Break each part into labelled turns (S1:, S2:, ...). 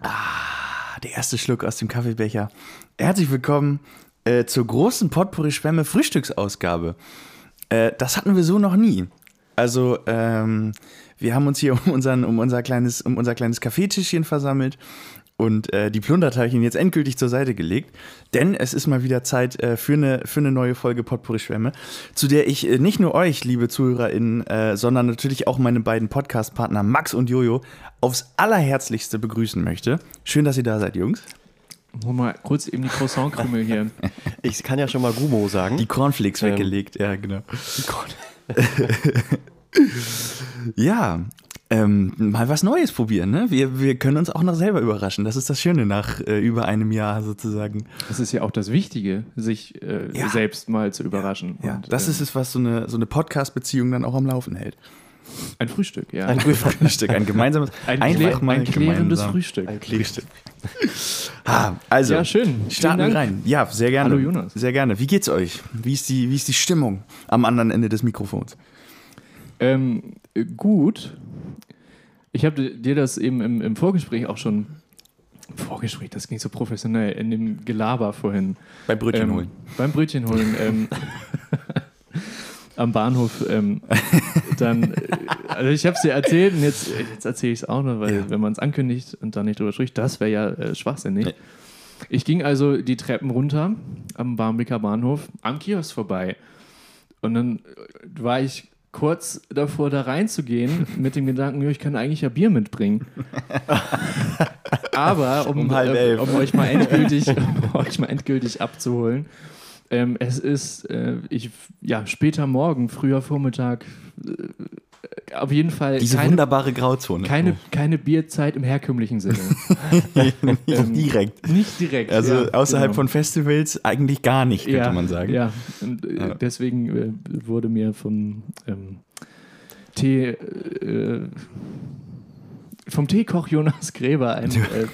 S1: Ah, der erste Schluck aus dem Kaffeebecher. Herzlich willkommen äh, zur großen Potpourri-Schwemme Frühstücksausgabe. Äh, das hatten wir so noch nie. Also, ähm, wir haben uns hier um, unseren, um, unser, kleines, um unser kleines Kaffeetischchen versammelt und äh, die Plunderteilchen jetzt endgültig zur Seite gelegt, denn es ist mal wieder Zeit äh, für, eine, für eine neue Folge Potpourri-Schwämme, zu der ich äh, nicht nur euch, liebe ZuhörerInnen, äh, sondern natürlich auch meine beiden Podcast-Partner Max und Jojo aufs allerherzlichste begrüßen möchte. Schön, dass ihr da seid, Jungs.
S2: Hol mal kurz eben die Croissant-Krümel hier.
S3: Ich kann ja schon mal Gumo sagen.
S1: Die Cornflakes
S3: Ähm.
S1: weggelegt, ja, genau. ja, ähm, mal was Neues probieren, ne? Wir, wir können uns auch noch selber überraschen. Das ist das Schöne nach äh, über einem Jahr sozusagen.
S2: Das ist ja auch das Wichtige, sich äh,
S1: Ja.
S2: selbst mal zu überraschen.
S1: Ja,
S2: Und,
S1: das
S2: ähm,
S1: ist es, was so eine, so eine Podcast-Beziehung dann auch am Laufen hält.
S2: ein Frühstück, ja.
S3: Ein Frühstück.
S1: Frühstück, ein gemeinsames,
S2: Ein
S1: einfach
S2: klä-
S1: mal
S2: ein klärendes
S1: gemeinsam.
S2: Frühstück.
S3: Ein Klick.
S1: Frühstück. Ah, also,
S2: Ja, schön. Vielen
S1: starten wir
S2: Dank.
S1: rein. Ja, sehr gerne.
S2: Hallo, Jonas.
S1: Sehr gerne. Wie geht's euch? Wie ist die, wie ist die Stimmung am anderen Ende des Mikrofons?
S2: Ähm, äh, gut. Ich habe dir das eben im, im Vorgespräch auch schon. im Vorgespräch, das ging so professionell, in dem Gelaber vorhin.
S1: Bei Brötchen
S2: ähm,
S1: holen.
S2: Beim Brötchen holen. Ähm, am Bahnhof. Ähm, dann, äh, also ich habe es dir erzählt und jetzt, äh, jetzt erzähle ich es auch noch, weil
S1: Ja.
S2: wenn man es ankündigt und dann nicht drüber spricht, das wäre ja äh, schwachsinnig. Ich ging also die Treppen runter am Barmbeker Bahnhof am Kiosk vorbei. Und dann äh, war ich kurz davor, da reinzugehen mit dem Gedanken, "Jo, ich kann eigentlich ja Bier mitbringen. Aber um,
S1: Um halb
S2: äh,
S1: elf.
S2: um euch mal endgültig, um euch mal endgültig abzuholen. Ähm, es ist äh, ich, ja, später Morgen, früher Vormittag. Äh, auf jeden Fall
S1: Diese Oh.
S2: keine,
S1: wunderbare Grauzone.
S2: keine, keine Bierzeit im herkömmlichen Sinne. ähm,
S1: direkt.
S2: Nicht direkt.
S1: Also
S2: ja,
S1: außerhalb
S2: genau.
S1: von Festivals eigentlich gar nicht, könnte
S2: ja,
S1: man sagen.
S2: Ja, und äh,
S1: Ja.
S2: deswegen äh, wurde mir vom ähm, Tee, äh, vom Teekoch Jonas Gräber ein, äh,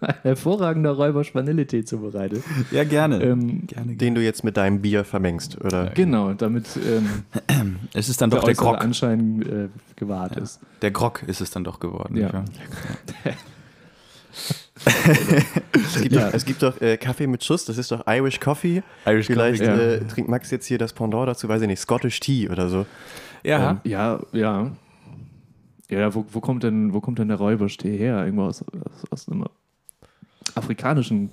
S2: ein hervorragender Räuber-Vanilletee zubereitet.
S1: Ja, gerne.
S2: Ähm,
S1: gerne.
S3: Den du jetzt mit deinem Bier vermengst, oder?
S2: genau, damit ähm,
S1: es ist dann
S2: der
S1: doch der
S2: äußere
S1: Grog.
S2: Anschein äh, gewahrt ist.
S1: Der Grog ist es dann doch geworden.
S2: Ja.
S1: nicht wahr?
S3: Es gibt
S2: Ja.
S3: doch, es gibt doch äh, Kaffee mit Schuss, das ist doch Irish Coffee.
S1: Irish
S3: Vielleicht
S1: Coffee,
S3: äh, trinkt Max jetzt hier das Pendant dazu, weiß ich nicht, Scottish Tea oder so.
S1: ja.
S2: Ähm, ja, ja. Ja, wo, wo, kommt denn, wo kommt denn der Räuberstee her? Irgendwo aus, aus, aus einem afrikanischen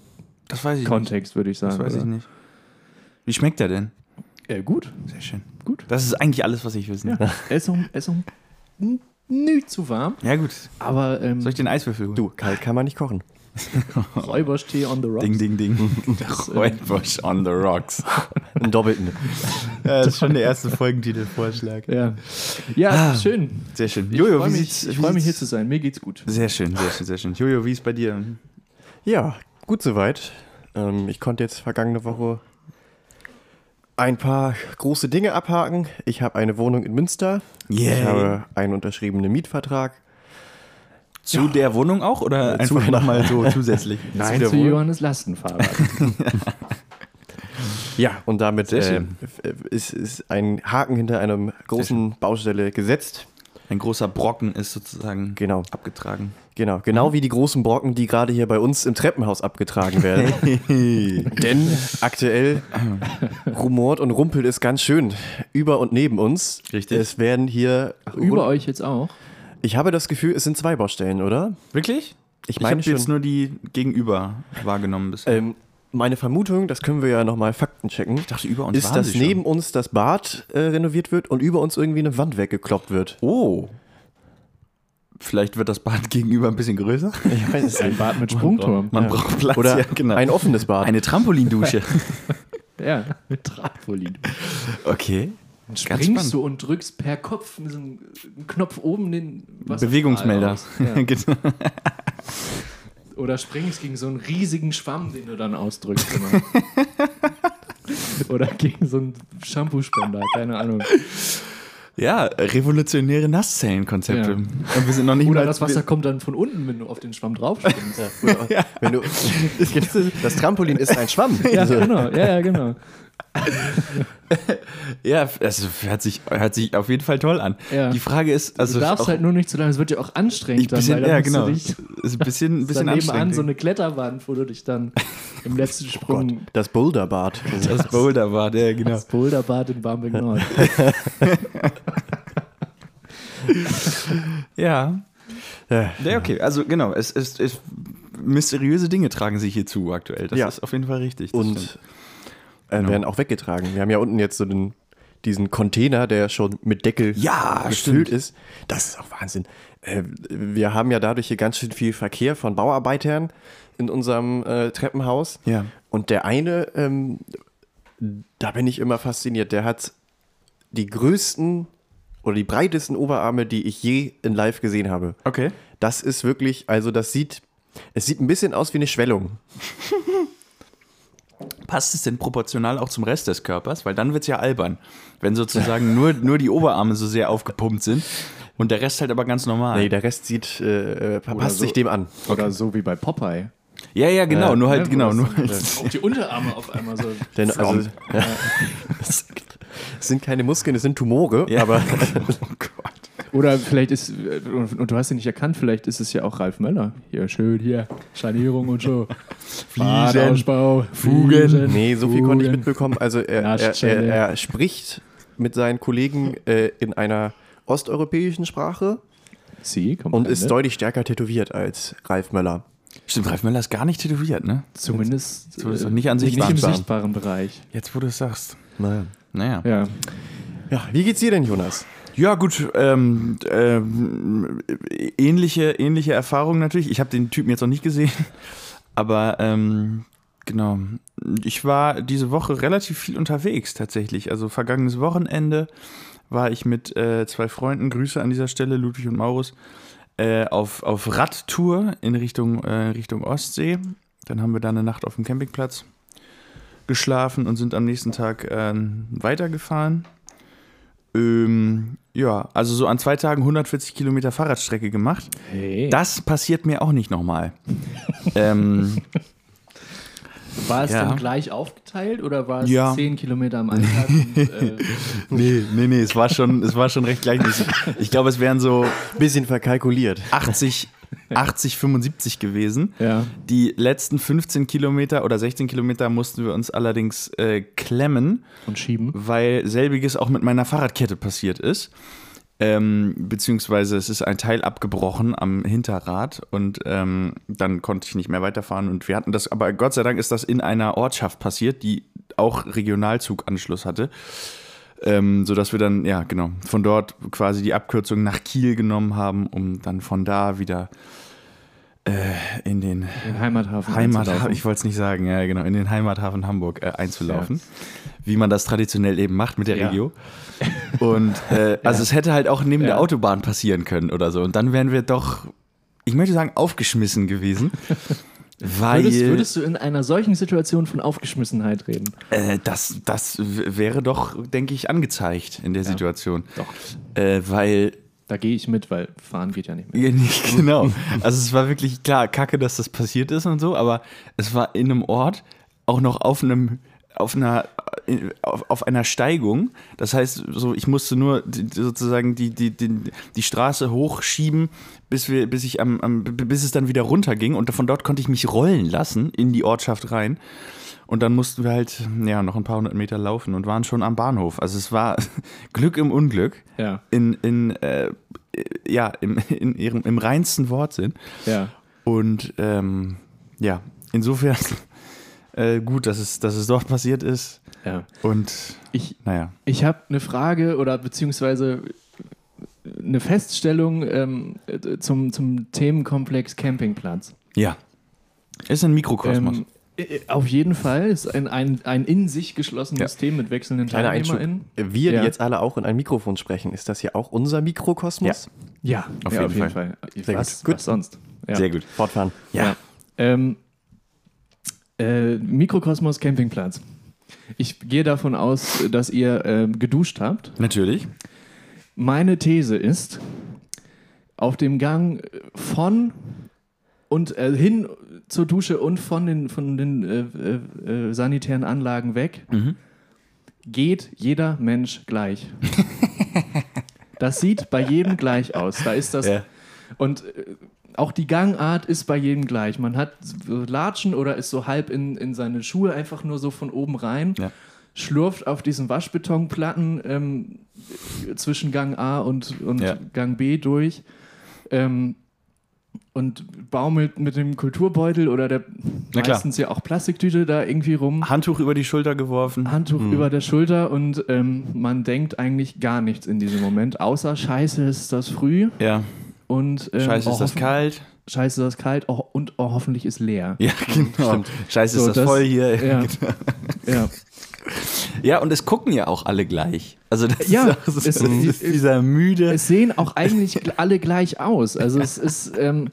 S1: das weiß ich
S2: Kontext, würde ich
S1: nicht.
S2: sagen.
S1: Das weiß ich
S2: oder?
S1: nicht. Wie schmeckt der denn?
S2: Äh, gut,
S1: Sehr schön.
S2: gut.
S1: Das ist eigentlich alles, was ich wissen
S2: Ja.
S1: will.
S2: er ist noch, er ist noch n- nicht um zu warm,
S1: Ja, gut.
S2: aber ähm,
S1: Soll ich den Eiswürfel holen?
S3: Du, kalt kann man nicht kochen.
S2: Räuberstee on the rocks.
S1: Ding, ding, ding.
S2: ähm,
S1: Räubusch on the rocks. Äh,
S3: Einen doppelten.
S1: das ist schon der erste Folgentitelvorschlag.
S2: Ja, ja
S1: Ah.
S2: schön.
S1: Sehr schön.
S2: Ich
S1: Jojo,
S2: freue
S1: wie
S2: mich,
S1: sieht's?
S2: ich
S1: wie
S2: freu mich hier
S1: sieht's-
S2: zu sein. Mir geht's gut.
S1: Sehr schön, sehr schön, sehr schön. Jojo, wie ist bei dir?
S3: Ja, gut soweit. Ähm, ich konnte jetzt vergangene Woche ein paar große Dinge abhaken. Ich habe eine Wohnung in Münster. Ich
S1: Yay.
S3: habe einen unterschriebenen Mietvertrag.
S1: Zu der Wohnung auch oder
S3: Zu
S1: einfach
S3: einer.
S1: nochmal so zusätzlich?
S2: Nein, zu
S1: Äh, der Wohnung?
S2: Johannes Lastenfahrrad.
S3: Ja, und damit
S1: Sehr
S3: äh,
S1: schön.
S3: f- äh, ist, ist ein Haken hinter einer großen Baustelle gesetzt.
S1: Ein großer Brocken ist sozusagen
S3: Genau,
S1: abgetragen.
S3: genau. Genau wie die großen Brocken, die gerade hier bei uns im Treppenhaus abgetragen werden. Denn aktuell rumort und rumpelt es ganz schön über und neben uns.
S1: Richtig.
S3: Es werden hier.
S2: Über euch jetzt auch.
S3: Ich habe das Gefühl, es sind zwei Baustellen, oder?
S1: Wirklich? Ich
S3: Ich
S1: habe
S3: meine
S1: jetzt
S3: schon.
S1: nur die Gegenüber wahrgenommen bisher.
S3: Ähm, meine Vermutung, das können wir ja nochmal Fakten checken,
S1: dachte, über
S3: ist,
S1: waren
S3: dass
S1: sie schon.
S3: neben uns das Bad äh, renoviert wird und über uns irgendwie eine Wand weggekloppt wird.
S1: Oh. Vielleicht wird das Bad gegenüber ein bisschen größer.
S3: Ich weiß es
S2: Ein Bad mit Sprungturm.
S1: Man braucht Platz.
S3: Oder
S1: ja, genau.
S3: ein offenes Bad.
S1: eine Trampolindusche.
S2: Ja, mit Trampolin.
S1: okay.
S2: Dann
S1: Ganz
S2: springst
S1: spannend.
S2: du und drückst per Kopf mit so einem einen Knopf oben den Wasserfall
S1: Bewegungsmelder.
S2: aus. Ja.
S1: Genau.
S2: Oder springst gegen so einen riesigen Schwamm, den du dann ausdrückst. Immer. Oder gegen so einen Shampoospender, keine Ahnung.
S1: ja, revolutionäre Nasszellen-Konzepte.
S2: Ja.
S1: Und wir sind noch nicht
S2: Oder
S1: mal-
S2: das Wasser kommt dann von unten, wenn du auf den Schwamm drauf springst.
S3: Wenn du, das Trampolin ist ein Schwamm. Also,
S2: ja, genau. Ja, ja, genau.
S1: Ja, also hört sich, hört sich auf jeden Fall toll an.
S2: Ja.
S1: Die Frage ist, also
S2: Du darfst
S1: auch
S2: halt nur nicht zu lange, es wird ja auch anstrengend
S1: ein bisschen,
S2: dann,
S1: ja,
S2: weil dann
S1: genau.
S2: musst du dich
S1: Ist ein bisschen, ein bisschen
S2: dann nebenan
S1: anstrengend.
S2: so eine Kletterwand, wo du dich dann im letzten
S3: Gott,
S2: Sprung
S3: das Boulderbad.
S1: das Boulder war, ja, genau.
S2: das Boulderbad in Barmbek Nord.
S1: Ja.
S3: Ja.
S1: Ja, okay, also genau, es ist es, mysteriöse Dinge tragen sich hier zu aktuell. Das
S3: Ja.
S1: ist auf jeden Fall richtig. das stimmt. Genau.
S3: Und äh, werden auch weggetragen. Wir haben ja unten jetzt so den, diesen Container, der schon mit Deckel
S1: Ja,
S3: gefüllt ist. Das ist auch Wahnsinn. Äh, wir haben ja dadurch hier ganz schön viel Verkehr von Bauarbeitern in unserem äh, Treppenhaus.
S1: Ja.
S3: Und der eine, ähm, da bin ich immer fasziniert, der hat die größten oder die breitesten Oberarme, die ich je in live gesehen habe.
S1: okay.
S3: Das ist wirklich, also das sieht, es sieht ein bisschen aus wie eine Schwellung.
S1: Passt es denn proportional auch zum Rest des Körpers? Weil dann wird es ja albern, wenn sozusagen nur, nur die Oberarme so sehr aufgepumpt sind und der Rest halt aber ganz normal.
S3: Nee, der Rest sieht, äh, äh, passt
S2: so.
S3: sich dem an.
S2: Oder so wie bei Popeye.
S1: ja, ja, genau,
S3: Äh,
S1: nur halt,
S2: ne, wo
S1: genau,
S2: das-
S1: nur halt.
S2: Auch die Unterarme auf einmal so.
S3: Denn, also, ja. es sind keine Muskeln, es sind Tumore, aber
S1: Oh Gott.
S2: Oder vielleicht ist, und, und du hast ihn nicht erkannt, vielleicht ist es ja auch Ralf Möller. Hier, schön hier, Scharnierung und so. Badausbau,
S1: Fugen.
S3: nee, so viel konnte ich
S2: Fugen.
S3: mitbekommen. Also er, er, er,
S2: Naschzelle.
S3: er spricht mit seinen Kollegen äh, in einer osteuropäischen Sprache
S2: Sie, ne? kommt
S3: und
S2: eine.
S3: ist deutlich stärker tätowiert als Ralf Möller.
S1: Stimmt, Ralf Möller ist gar nicht tätowiert, ne?
S2: Zumindest
S1: Zumindest
S2: äh,
S1: nicht an sich
S2: nicht im
S1: sichtbar.
S2: sichtbaren Bereich.
S1: Jetzt, wo du es sagst.
S3: Naja.
S1: Naja.
S2: Ja.
S3: Ja, wie geht's dir denn, Jonas?
S1: Ja, gut, ähm, ähm, ähnliche, ähnliche Erfahrung natürlich. Ich habe den Typen jetzt noch nicht gesehen, aber ähm, genau. Ich war diese Woche relativ viel unterwegs tatsächlich. Also vergangenes Wochenende war ich mit äh, zwei Freunden, Grüße an dieser Stelle, Ludwig und Maurus, äh, auf, auf Radtour in Richtung, äh, Richtung Ostsee. Dann haben wir da eine Nacht auf dem Campingplatz geschlafen und sind am nächsten Tag ähm, weitergefahren. Ähm, ja, also so an zwei Tagen 140 Kilometer Fahrradstrecke gemacht.
S2: Hey.
S1: Das passiert mir auch nicht nochmal. ähm,
S2: war es
S1: ja.
S2: dann gleich aufgeteilt oder war es
S1: Ja.
S2: 10 Kilometer am Anfang? und, äh,
S1: nee, nee, nee, es war schon, es war schon recht gleichmäßig. Ich glaube, es wären so
S3: Bisschen verkalkuliert.
S1: 80, 80, 75 gewesen.
S2: ja.
S1: Die letzten 15 Kilometer oder 16 Kilometer mussten wir uns allerdings äh, klemmen,
S2: Und schieben.
S1: weil selbiges auch mit meiner Fahrradkette passiert ist. Ähm, beziehungsweise es ist ein Teil abgebrochen am Hinterrad und ähm, dann konnte ich nicht mehr weiterfahren. Und wir hatten das, aber Gott sei Dank ist das in einer Ortschaft passiert, die auch Regionalzuganschluss hatte. Ähm, sodass wir dann, ja, genau, von dort quasi die Abkürzung nach Kiel genommen haben, um dann von da wieder äh, in den
S2: Den Heimathafen.
S1: Heimathafen,
S2: einzulaufen.
S1: ich wollte es nicht sagen, ja genau, in den Heimathafen Hamburg äh, einzulaufen, wie man das traditionell eben macht mit der
S2: Ja.
S1: Regio. Und äh, also es hätte halt auch neben
S2: Ja.
S1: der Autobahn passieren können oder so. Und dann wären wir doch, ich möchte sagen, aufgeschmissen gewesen, weil
S2: Würdest, würdest du in einer solchen Situation von Aufgeschmissenheit reden?
S1: Äh, das, das w- wäre doch, denke ich, angezeigt in der Situation,
S2: Doch.
S1: äh, weil
S2: Da gehe ich mit, weil fahren geht ja nicht mehr.
S1: Ja, nicht genau. Also es war wirklich klar, kacke, dass das passiert ist und so, aber es war in einem Ort, auch noch auf einem auf einer in- auf, auf einer Steigung. Das heißt, so ich musste nur die, die sozusagen die, die, die, die Straße hochschieben, bis wir bis ich am, am bis es dann wieder runterging und von dort konnte ich mich rollen lassen in die Ortschaft rein. Und dann mussten wir halt ja noch ein paar hundert Meter laufen und waren schon am Bahnhof. Also es war Glück im Unglück
S2: Ja.
S1: in, in, äh, ja, im, in ihrem, im reinsten Wortsinn.
S2: Ja.
S1: Und ähm, ja, insofern äh, gut, dass es, dass es dort passiert ist.
S2: ja.
S1: Und
S2: Ich,
S1: naja,
S2: ich habe eine Frage oder beziehungsweise eine Feststellung ähm, äh, zum, zum Themenkomplex Campingplatz.
S1: ja. Ist ein Mikrokosmos.
S2: Ähm, äh, auf jeden Fall ist ein, ein, ein in sich geschlossenes
S1: Ja.
S2: System mit wechselnden
S3: Kleiner Einschub.
S2: TeilnehmerInnen.
S3: Wir,
S2: Ja.
S3: die jetzt alle auch in ein Mikrofon sprechen, ist das hier auch unser Mikrokosmos?
S2: Ja,
S1: Auf
S2: ja,
S1: jeden
S2: Fall.
S3: Sehr
S2: was,
S3: gut. Gut.
S2: was sonst? Ja.
S1: Sehr gut.
S3: Fortfahren.
S1: Ja.
S2: Ähm, äh, Mikrokosmos Campingplatz. Ich gehe davon aus, dass ihr ähm, geduscht habt.
S1: Natürlich.
S2: Meine These ist, auf dem Gang von und äh, hin
S1: Mhm.
S2: zur Dusche und von den, von den äh, äh, äh, sanitären Anlagen weg geht jeder Mensch gleich. das sieht bei jedem gleich aus. Da ist das.
S3: Ja.
S2: Und äh, auch die Gangart ist bei jedem gleich. Man hat so Latschen oder ist so halb in, in seine Schuhe einfach nur so von oben rein,
S1: Ja.
S2: schlurft auf diesen Waschbetonplatten ähm, zwischen Gang A und, und
S1: Ja.
S2: Gang B durch. Ähm, und baumelt mit dem Kulturbeutel oder der
S1: Na klar.
S2: meistens ja auch Plastiktüte da irgendwie rum.
S1: Handtuch über die Schulter geworfen.
S2: Handtuch über der Schulter und ähm, man denkt eigentlich gar nichts in diesem Moment, außer Scheiße ist das früh
S1: Ja.
S2: und ähm,
S1: Scheiße,
S2: oh,
S1: ist das
S2: hoffen-
S1: kalt?
S2: Scheiße ist das kalt oh, und oh, hoffentlich ist leer.
S1: Ja, genau. Scheiße, ist
S2: So,
S1: das,
S2: das-
S1: voll hier.
S2: Ja, ja.
S1: Ja, und es gucken ja auch alle gleich. Also das
S2: Ja,
S1: ist, auch so,
S2: es-
S1: das ist dieser müde.
S2: Es sehen auch eigentlich gl- alle gleich aus. Also es ist, ähm,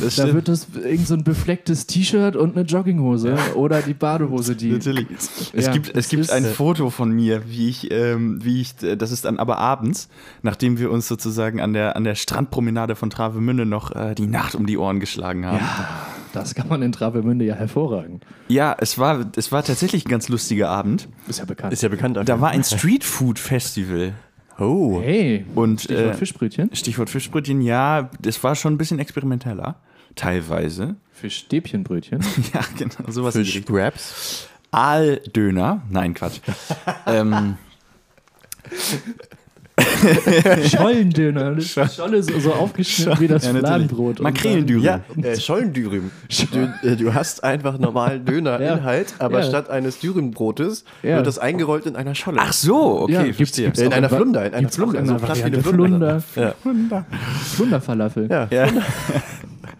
S1: das
S2: da
S1: stimmt.
S2: wird das irgend so ein beflecktes T-Shirt und eine Jogginghose oder die Badehose, die.
S1: Natürlich. Es
S2: Ja,
S1: gibt, es
S2: es
S1: gibt
S2: ist-
S1: ein Foto von mir, wie ich, ähm, wie ich, äh, das ist dann aber abends, nachdem wir uns sozusagen an der, an der Strandpromenade von Travemünde noch äh, die Nacht um die Ohren geschlagen haben.
S2: Das kann man in Travemünde ja hervorragend.
S1: Ja, es, war, es war tatsächlich ein ganz lustiger Abend.
S2: Ist ja bekannt.
S3: Ist ja bekannt.
S1: Da war ein Streetfood-Festival.
S3: Oh.
S2: hey,
S1: Und,
S2: Stichwort
S1: äh,
S2: Fischbrötchen.
S1: Stichwort Fischbrötchen, ja, das war schon ein bisschen experimenteller. Teilweise.
S2: Fischstäbchenbrötchen.
S1: Ja, genau, sowas. in die
S3: Fish Wraps.
S1: Aaldöner. Nein, Quatsch. ähm,
S2: Schollendöner. Das Scholle ist so aufgeschnitten wie das
S1: ja, natürlich.
S2: Fladenbrot. und
S1: Makrelendürüm.
S3: Ja, äh, Schollendürüm. Du, äh, du hast einfach normalen Döner-Inhalt, aber
S2: Ja.
S3: statt eines Dürümbrotes
S2: Ja.
S3: wird das eingerollt in einer Scholle. Äh,
S1: Ach so,
S2: Ja,
S1: okay,
S2: gibt's-
S1: verstehe.
S2: gibt's
S3: In
S2: auch
S3: einer
S2: Wa-
S3: Flunder, in einer
S2: gibt's auch
S3: Flunder,
S2: in
S3: so
S1: Also
S2: einer
S3: platt wie eine
S2: Variante.
S3: Flunder. Ja.
S2: dann Flunderfalafel.
S3: Ja.
S1: Ja,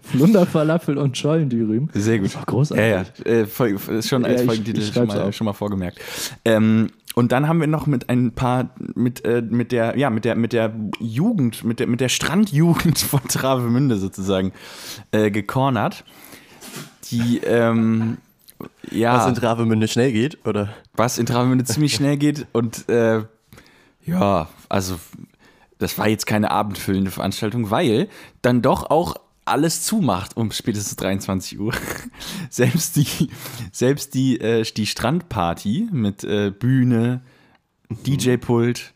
S2: Flunderfalafel und Schollendürüm.
S1: sehr gut.
S2: Das war großartig.
S1: Ja, ja. Äh, voll- ist schon als
S2: Ja, ich-
S1: Folgentitel
S2: ich
S1: schon,
S2: schreib's
S1: mal,
S2: auf.
S1: schon mal vorgemerkt. Ähm, und dann haben wir noch mit ein paar, mit, äh, mit der, ja, mit der, mit der Jugend, mit der, mit der Strandjugend von Travemünde sozusagen äh, gecornert. Die, ähm, ja.
S3: Was in Travemünde schnell geht, oder?
S1: was in Travemünde ziemlich schnell geht. Und äh, ja, also das war jetzt keine abendfüllende Veranstaltung, weil dann doch auch alles zumacht um spätestens 23 Uhr. Selbst die, selbst die, äh, die Strandparty mit äh, Bühne, DJ-Pult,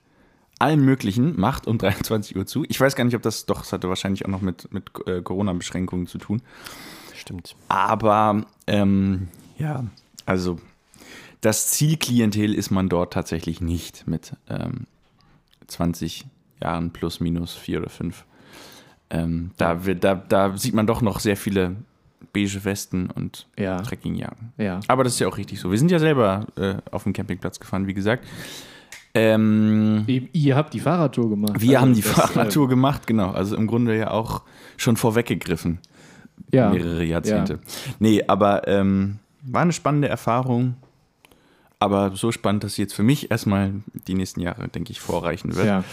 S1: allen möglichen macht um 23 Uhr zu. Ich weiß gar nicht, ob das doch, das hatte wahrscheinlich auch noch mit, mit äh, Corona-Beschränkungen zu tun.
S3: Stimmt.
S1: Aber ähm, ja, also das Zielklientel ist man dort tatsächlich nicht mit ähm, 20 Jahren plus minus vier oder fünf. Ähm, da, wird- da, da sieht man doch noch sehr viele beige Westen und
S2: Ja.
S1: Trekkingjacken.
S2: Ja.
S1: Aber das ist ja auch richtig so. Wir sind ja selber äh, auf dem Campingplatz gefahren, wie gesagt. Ähm,
S2: Ihr ihr habt die Fahrradtour gemacht.
S1: wir
S2: Also
S1: haben die
S2: das,
S1: Fahrradtour gemacht, genau. Also im Grunde ja auch schon vorweggegriffen
S2: äh, Ja.
S1: mehrere Jahrzehnte. Nee, aber ähm, war eine spannende Erfahrung. Aber so spannend, dass sie jetzt für mich erstmal die nächsten Jahre, denke ich, vorreichen wird.
S2: Ja.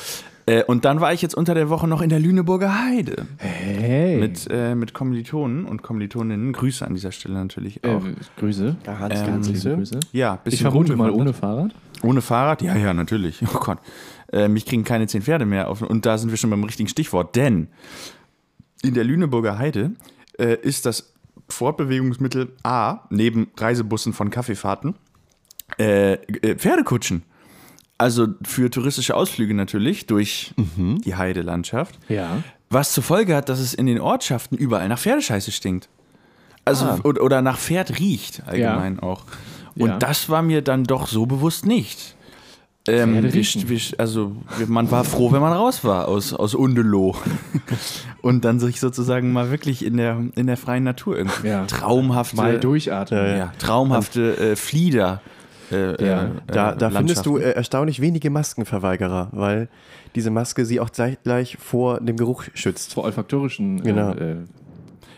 S1: Äh, und dann war ich jetzt unter der Woche noch in der Lüneburger Heide
S2: Hey.
S1: mit, äh, mit Kommilitonen und Kommilitoninnen. Grüße an dieser Stelle natürlich auch.
S2: ähm, Grüße.
S3: Ganz,
S1: Ähm,
S2: Ganz liebe Grüße.
S1: ja, bisschen
S2: Ich vermute mal ne?
S1: rumgewandert.
S2: ohne Fahrrad.
S1: Ohne Fahrrad? Ja, ja, natürlich. Oh Gott. Äh, mich kriegen keine zehn Pferde mehr auf. Und da sind wir schon beim richtigen Stichwort, denn in der Lüneburger Heide äh, ist das Fortbewegungsmittel A, neben Reisebussen von Kaffeefahrten, äh, äh, Pferdekutschen. Also für touristische Ausflüge natürlich durch die Heidelandschaft.
S2: Ja.
S1: Was zur Folge hat, dass es in den Ortschaften überall nach Pferdescheiße stinkt. Also, und- oder nach Pferd riecht allgemein auch. Und
S2: Ah. Ja.
S1: das war mir dann doch so bewusst nicht. Ähm,
S2: Pferde
S1: wir,
S2: riechen.
S1: wir, also, wir, man war froh, wenn man raus war aus, aus Undelo. und dann sich sozusagen mal wirklich in der, in der freien Natur irgendwie.
S2: Ja.
S1: Traumhafte,
S2: Mal durchatmen.
S1: Äh, ja, traumhafte äh, Flieder. Äh,
S2: Ja.
S1: äh,
S3: Da,
S1: äh,
S3: da findest du
S1: Landschaften.
S3: äh, erstaunlich wenige Maskenverweigerer, weil diese Maske sie auch zeitgleich vor dem Geruch schützt.
S2: Vor olfaktorischen
S3: Genau.
S2: äh, äh,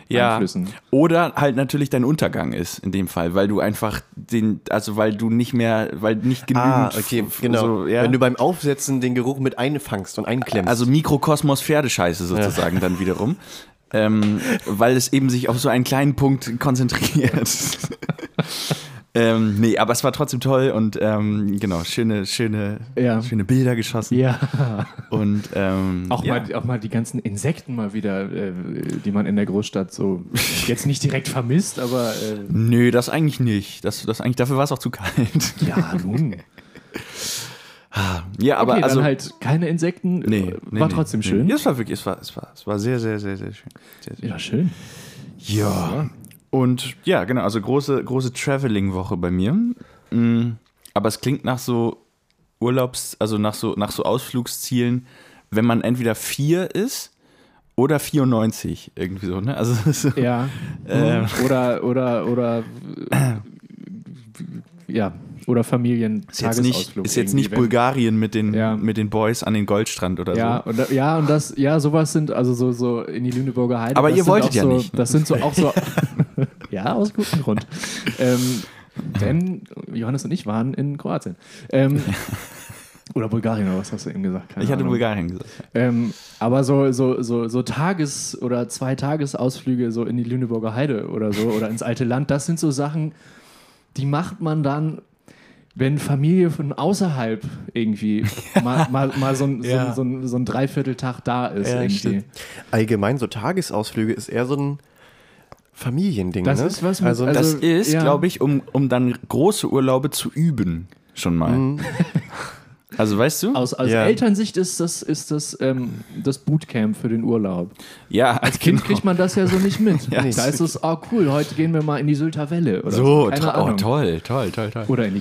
S1: ja.
S2: Einflüssen.
S1: Oder halt natürlich dein Untergang ist in dem Fall, weil du einfach den, also weil du nicht mehr, weil nicht genügend.
S2: Ah,
S1: f-
S2: genau.
S1: So, ja.
S3: Ah, genau. Wenn du beim Aufsetzen den Geruch mit einfangst und einklemmst.
S1: also Mikrokosmos Pferdescheiße sozusagen dann wiederum. Ähm, weil es eben sich auf so einen kleinen Punkt konzentriert. ähm, nee, aber es war trotzdem toll und ähm, genau, schöne, schöne,
S2: Ja.
S1: schöne Bilder geschossen.
S2: Ja.
S1: Und ähm,
S2: Auch,
S1: ja.
S2: Mal, auch mal die ganzen Insekten mal wieder, äh, die man in der Großstadt so jetzt nicht direkt vermisst, aber äh,
S1: Nö, das eigentlich nicht. Das, das eigentlich, dafür war es auch zu kalt.
S2: ja, nun.
S1: Ja, aber
S2: okay,
S1: also.
S2: dann halt keine Insekten.
S1: nee, nee,
S2: war
S1: nee,
S2: trotzdem
S1: nee.
S2: schön.
S1: Ja, es war wirklich, es war, es war, es war sehr, sehr, sehr, sehr schön. Sehr, sehr
S2: Ja, schön.
S1: schön. Ja. Und ja, genau, also große, große Traveling-Woche bei mir. Mm, Aber es klingt nach so Urlaubs-, also nach so, nach so Ausflugszielen, wenn man entweder 4 ist oder 94, irgendwie so, ne? Also, so,
S2: Ja. Hm,
S1: Ähm.
S2: Oder, oder, oder, äh, ja, oder Familien.
S1: ist jetzt nicht, ist jetzt nicht Bulgarien mit den,
S2: Ja.
S1: mit den Boys an den Goldstrand oder
S2: Ja,
S1: so.
S2: und, da- ja, und das, ja, sowas sind, also so, so in die Lüneburger Heide.
S1: Aber
S2: das
S1: ihr
S2: sind
S1: wolltet
S2: auch
S1: ja
S2: so,
S1: nicht.
S2: Das sind so auch so, ja, aus gutem Grund. Ähm, denn Johannes und ich waren in Kroatien. Ähm, oder Bulgarien, oder was hast du eben gesagt? Keine
S1: Ich hatte
S2: Ahnung.
S1: Bulgarien gesagt.
S2: Ähm, aber so, so, so, so Tages- oder Zwei-Tagesausflüge so in die Lüneburger Heide oder so oder ins alte Land, das sind so Sachen, die macht man dann, wenn Familie von außerhalb irgendwie mal, mal, mal so, ein,
S1: Ja.
S2: so, ein, so, ein, so ein Dreivierteltag da ist.
S1: Ja,
S2: irgendwie.
S1: stimmt.
S3: Allgemein so Tagesausflüge ist eher so ein Familiending.
S2: Das
S3: ne?
S2: ist was mit-
S3: also,
S2: also-
S1: Das ist,
S2: ja.
S1: glaube ich, um, um dann große Urlaube zu üben, schon mal.
S2: Mhm.
S1: Also weißt du?
S2: Aus, aus
S3: Ja.
S2: Elternsicht ist das, ist das, ähm, das Bootcamp für den Urlaub.
S1: ja,
S2: Als Kind
S1: genau.
S2: kriegt man das ja so nicht mit.
S1: Ja,
S2: da ist es, oh cool, heute gehen wir mal in die Sylter Welle oder so.
S1: so,
S2: Keine
S1: to oh,
S2: Ahnung.
S1: toll, toll, toll, toll.
S2: Oder in die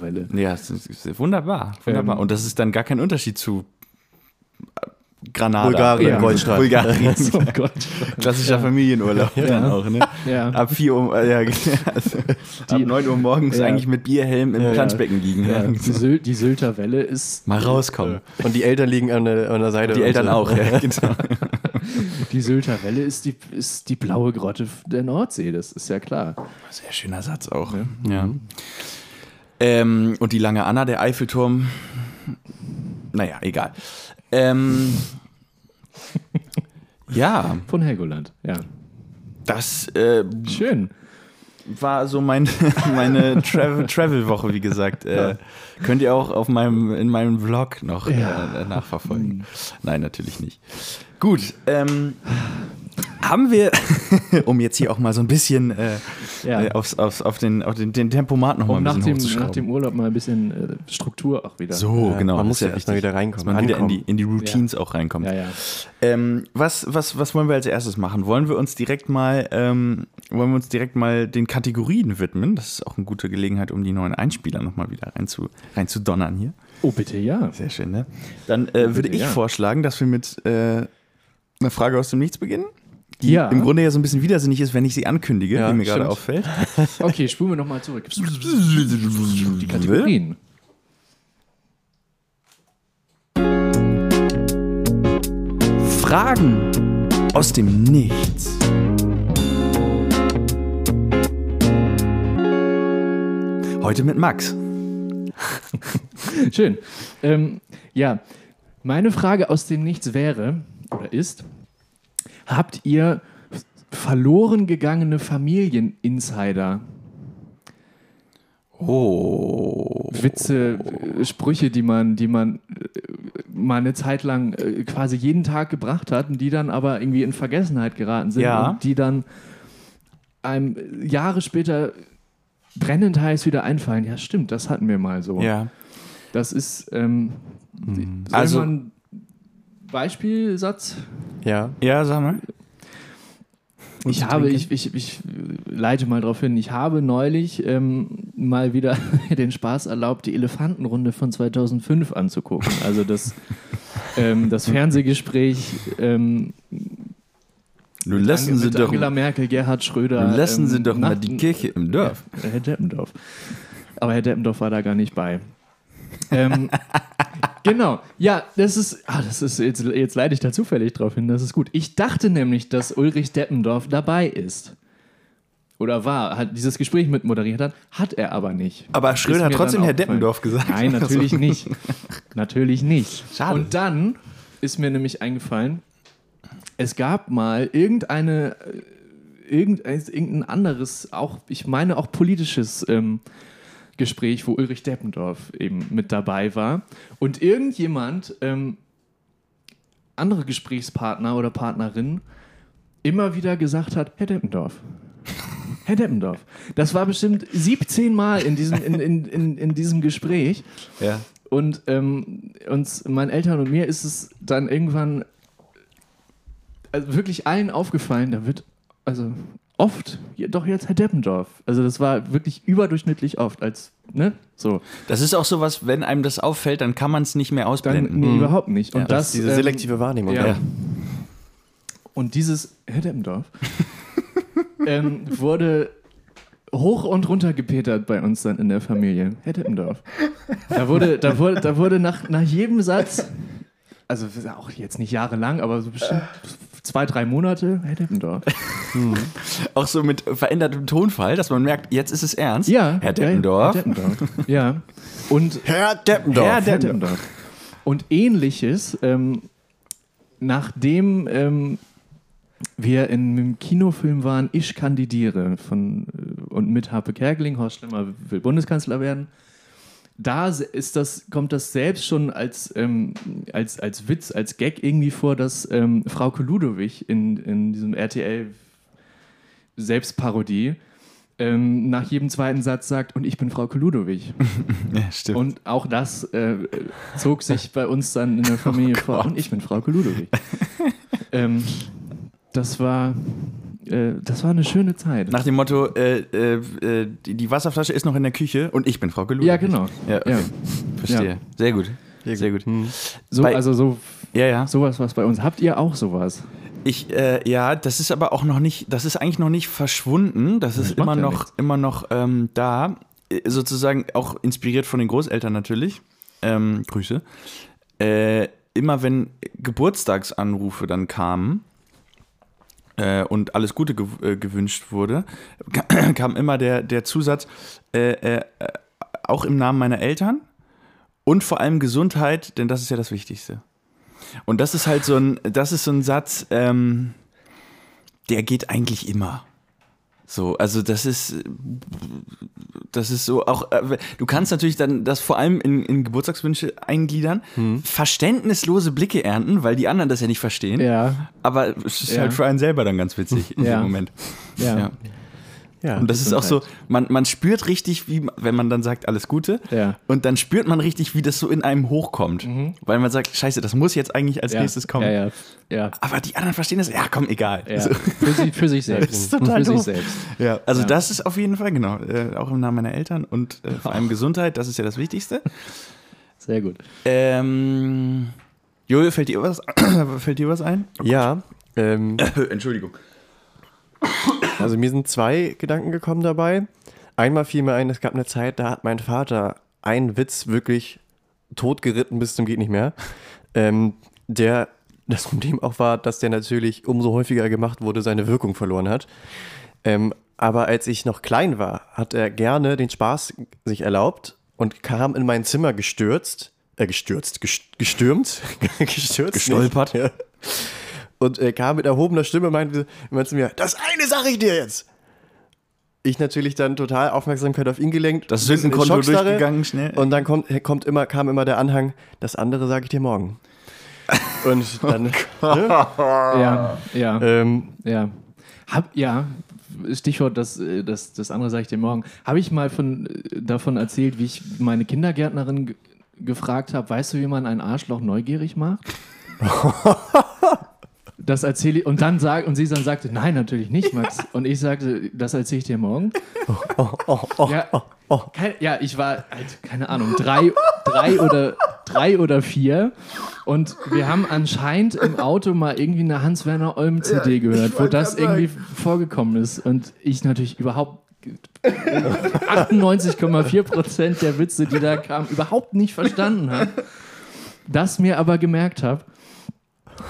S2: Welle.
S1: Ja, es ist- es ist wunderbar, wunderbar.
S2: Ähm.
S1: Und das ist dann gar kein Unterschied zu äh, Granada.
S3: Bulgarien,
S1: Ja.
S3: Goldstrand.
S1: Bulgarien.
S2: Oh Gott.
S1: Klassischer Familienurlaub dann auch, ne?
S2: Ja.
S1: Ab 4 Uhr, äh, ja, also, ab 9 Uhr morgens
S2: Ja.
S1: eigentlich mit Bierhelm im Planschbecken liegen.
S2: Ja,
S1: ne?
S2: die, Syl die Sylter Welle ist,
S1: Mal rauskommen.
S3: und die Eltern liegen an der, an der Seite.
S1: Die
S3: und
S1: Eltern
S3: so.
S1: auch, ja, genau.
S2: die Sylter Welle ist die, ist die blaue Grotte der Nordsee, das ist ja klar.
S1: Sehr schöner Satz auch. Ja. Mhm. Ähm, und die lange Anna, der Eiffelturm. Naja, egal. Ähm, ja,
S2: Von Helgoland, ja.
S1: das äh,
S2: Schön.
S1: war so mein, meine Travel- Travel-Woche, wie gesagt. Äh, könnt ihr auch auf meinem, in meinem Vlog noch äh, nachverfolgen. Nein, natürlich nicht. Gut, ähm, haben wir, um jetzt hier auch mal so ein bisschen äh,
S2: Ja.
S1: äh, aufs, aufs, auf, den, auf den, den Tempomat noch mal
S2: Um
S1: ein
S2: nach
S1: bisschen
S2: dem,
S1: hochzuschrauben.
S2: nach dem Urlaub mal ein bisschen äh, Struktur auch wieder.
S1: So,
S3: Ja,
S1: genau.
S3: man
S1: das
S3: muss
S1: ist
S3: ja erst mal
S1: wichtig,
S3: wieder reinkommen,
S1: Dass man wieder in die,
S3: ankommen.
S1: in die Routines auch reinkommt.
S2: Ja, ja.
S1: Ähm, was, was, was wollen wir als erstes machen? Wollen wir uns direkt mal, ähm, wollen wir uns direkt mal den Kategorien widmen? Das ist auch eine gute Gelegenheit, um die neuen Einspieler nochmal wieder rein zu, rein zu donnern hier.
S2: Oh, bitte ja.
S1: Sehr schön, ne? Dann äh, würde ich
S2: ja.
S1: vorschlagen, dass wir mit äh, einer Frage aus dem Nichts beginnen. Die
S2: Ja.
S1: im Grunde ja so ein bisschen widersinnig ist, wenn ich sie ankündige,
S3: Ja,
S1: wie mir gerade
S3: stimmt.
S1: auffällt.
S2: Okay, spulen wir nochmal zurück. Die
S1: Die
S2: Kategorien.
S1: Fragen aus dem Nichts. Heute mit Max.
S2: Schön. Ähm, ja, meine Frage aus dem Nichts wäre oder ist: Habt ihr verloren gegangene Familieninsider?
S1: Oh.
S2: Witze, äh, Sprüche, die man, die man äh, mal eine Zeit lang äh, quasi jeden Tag gebracht hat und die dann aber irgendwie in Vergessenheit geraten sind
S1: Ja.
S2: und die dann einem äh, Jahre später brennend heiß wieder einfallen. Ja, stimmt, das hatten wir mal so.
S1: Ja.
S2: Das ist ähm, soll
S1: Also-
S2: mal ein Beispielsatz.
S3: Ja.
S1: Ja, sag mal.
S2: Ich habe, ich, ich, ich leite mal darauf hin, ich habe neulich ähm, mal wieder den Spaß erlaubt, die Elefantenrunde von 2005 anzugucken. Also das, ähm, das Fernsehgespräch ähm,
S1: Nun lassen
S2: Ange-
S1: Sie
S2: mit
S1: doch,
S2: Angela Merkel, Gerhard Schröder.
S1: nun lassen
S2: ähm,
S1: Sie doch mal
S2: nach-
S1: die Kirche im Dorf.
S2: Ja, Äh, Herr Deppendorf. Aber Herr Deppendorf war da gar nicht bei. ähm, genau, ja, das ist, ah, das ist jetzt, jetzt leite ich da zufällig drauf hin, das ist gut. Ich dachte nämlich, dass Ulrich Deppendorf dabei ist. Oder war, hat dieses Gespräch mit moderiert hat, hat er aber nicht.
S1: Aber
S2: Ist
S1: Schröder hat
S2: mir
S1: trotzdem
S2: dann
S1: Herr
S2: aufgefallen.
S1: Deppendorf gesagt. Also-
S2: Nein, natürlich nicht. Natürlich nicht.
S1: Schade.
S2: Und dann ist mir nämlich eingefallen, es gab mal irgendeine, äh, irgendein, irgendein anderes, auch, ich meine auch politisches ähm, Gespräch, wo Ulrich Deppendorf eben mit dabei war. Und irgendjemand, ähm, andere Gesprächspartner oder Partnerin, immer wieder gesagt hat, Herr Deppendorf. Herr Deppendorf. Das war bestimmt 17 Mal in diesem, in, in, in, in diesem Gespräch.
S1: Ja.
S2: Und ähm, uns, meinen Eltern und mir ist es dann irgendwann also wirklich allen aufgefallen, da wird also oft, ja, doch jetzt Herr Deppendorf. Also das war wirklich überdurchschnittlich oft als, ne? So.
S1: Das ist auch sowas, wenn einem das auffällt, dann kann man es nicht mehr
S2: Dann,
S1: ausblenden.
S2: nee, überhaupt nicht. Und
S1: Ja,
S2: das,
S3: Diese
S2: ähm,
S3: selektive Wahrnehmung.
S2: ja.
S3: Ja.
S2: Und dieses Herr Deppendorf ähm, wurde hoch und runter gepetert bei uns dann in der Familie. Herr Deppendorf. Da wurde, da wurde, da wurde nach, nach jedem Satz, also auch jetzt nicht jahrelang, aber so bestimmt zwei, drei Monate, Herr Deppendorf.
S1: Auch so mit verändertem Tonfall, dass man merkt, jetzt ist es ernst.
S2: Ja.
S1: Herr Deppendorf.
S2: Herr Deppendorf. Ja. Und
S3: Herr Deppendorf.
S1: Herr
S2: Herr Deppendorf. Und ähnliches, ähm, nachdem ähm, wir in einem Kinofilm waren, Ich kandidiere von, äh, und mit Harpe Kerkeling, Horst Schlemmer will Bundeskanzler werden, da se- ist das, kommt das selbst schon als, ähm, als, als Witz, als Gag irgendwie vor, dass ähm, Frauke Ludowig in, in diesem RTL-Selbstparodie ähm, nach jedem zweiten Satz sagt, und ich bin Frauke Ludowig.
S1: Ja, stimmt. Oh
S2: Und auch das äh, zog sich bei uns dann in der Familie vor. Und ich bin Frau Ludowig. ähm, das war. äh, Das war eine schöne Zeit.
S1: Nach dem Motto, äh, äh, äh, die die Wasserflasche ist noch in der Küche und ich bin Frau Gelug.
S2: ja, genau.
S1: Ja,
S2: Ja.
S1: okay. verstehe.
S2: Ja.
S1: Sehr gut. Sehr gut.
S3: Hm.
S2: So,
S1: Bei-
S2: also so,
S1: Ja, ja.
S2: sowas was bei uns. Habt ihr auch sowas?
S1: Ich, äh, ja, das ist aber auch noch nicht, das ist eigentlich noch nicht verschwunden. Das ist
S2: macht
S1: immer,
S2: ja
S1: noch,
S2: nichts.
S1: immer noch ähm, da. Äh, Sozusagen auch inspiriert von den Großeltern natürlich. Ähm, Grüße. Äh, immer wenn Geburtstagsanrufe dann kamen äh, und alles Gute gew äh, gewünscht wurde, ka- kam immer der, der Zusatz, äh, äh, äh, auch im Namen meiner Eltern und vor allem Gesundheit, denn das ist ja das Wichtigste. Und das ist halt so ein, das ist so ein Satz, ähm, der geht eigentlich immer. So, also das ist, äh, das ist so auch, äh, du kannst natürlich dann das vor allem in, in Geburtstagswünsche eingliedern,
S2: Hm.
S1: verständnislose Blicke ernten, weil die anderen das ja nicht verstehen,
S2: Ja.
S1: aber es ist
S2: Ja.
S1: halt für einen selber dann ganz witzig in
S2: Ja.
S1: dem Moment.
S2: Ja.
S1: Ja.
S3: Ja.
S1: Und das ist auch so,
S2: Gesundheit.
S1: man, man spürt richtig, wie, wenn man dann sagt, alles Gute,
S2: Ja. Mhm.
S1: und dann spürt man richtig, wie das so in einem hochkommt, weil man sagt, scheiße, das muss jetzt eigentlich als
S2: ja.
S1: nächstes kommen.
S2: Ja, ja. ja.
S1: Aber die anderen verstehen das. Ja, komm, egal.
S2: ja.
S1: So.
S2: Für, sich, für sich selbst.
S1: ist total
S2: für
S1: doof.
S2: sich selbst.
S1: Ja, also
S2: Ja.
S1: das ist auf jeden Fall, genau, äh, auch im Namen meiner Eltern und äh,
S2: Oh.
S1: vor allem Gesundheit, das ist ja das Wichtigste.
S2: Sehr gut.
S1: Ähm, Jojo, fällt dir was, fällt dir was ein?
S3: ja ähm,
S1: Entschuldigung.
S3: Also mir sind zwei Gedanken gekommen dabei. Einmal fiel mir ein, es gab eine Zeit, da hat mein Vater einen Witz wirklich totgeritten bis zum geht nicht mehr. Ähm, der das Problem auch war, dass der natürlich umso häufiger gemacht wurde, seine Wirkung verloren hat. Ähm, aber als ich noch klein war, hat er gerne den Spaß sich erlaubt und kam in mein Zimmer gestürzt, äh, gestürzt, gest- gestürmt, gestürzt,
S1: Gestolpert.
S3: Nicht, ja. Und äh, kam mit erhobener Stimme und meinte immer zu mir, das eine sage ich dir jetzt. Ich natürlich dann total Aufmerksamkeit auf ihn gelenkt.
S1: Das
S3: bisschen in
S1: Sündenkonto
S3: Schockstarre.
S1: durchgegangen, schnell.
S3: Und dann kommt, kommt immer, kam immer der Anhang, das andere sage ich dir morgen. Und
S1: Oh
S3: dann, ne?
S1: Ah.
S2: Ja, ja.
S3: ähm,
S2: Ja. Hab, ja, Stichwort, das, äh, das, das andere sage ich dir morgen. Habe ich mal von, äh, davon erzählt, wie ich meine Kindergärtnerin ge- gefragt habe, weißt du, wie man ein Arschloch neugierig macht? Das erzähle ich, und dann sag, und sie dann sagte, nein, natürlich nicht, Max. Und ich sagte, das erzähle ich dir morgen. ja, Kein, ja, ich war halt, keine Ahnung, drei, drei, oder, drei oder vier. Und wir haben anscheinend im Auto mal irgendwie eine Hans-Werner Olm-CD gehört, wo das irgendwie vorgekommen ist. Und ich natürlich überhaupt 98,4 Prozent der Witze, die da kamen, überhaupt nicht verstanden habe. Das mir aber gemerkt habe.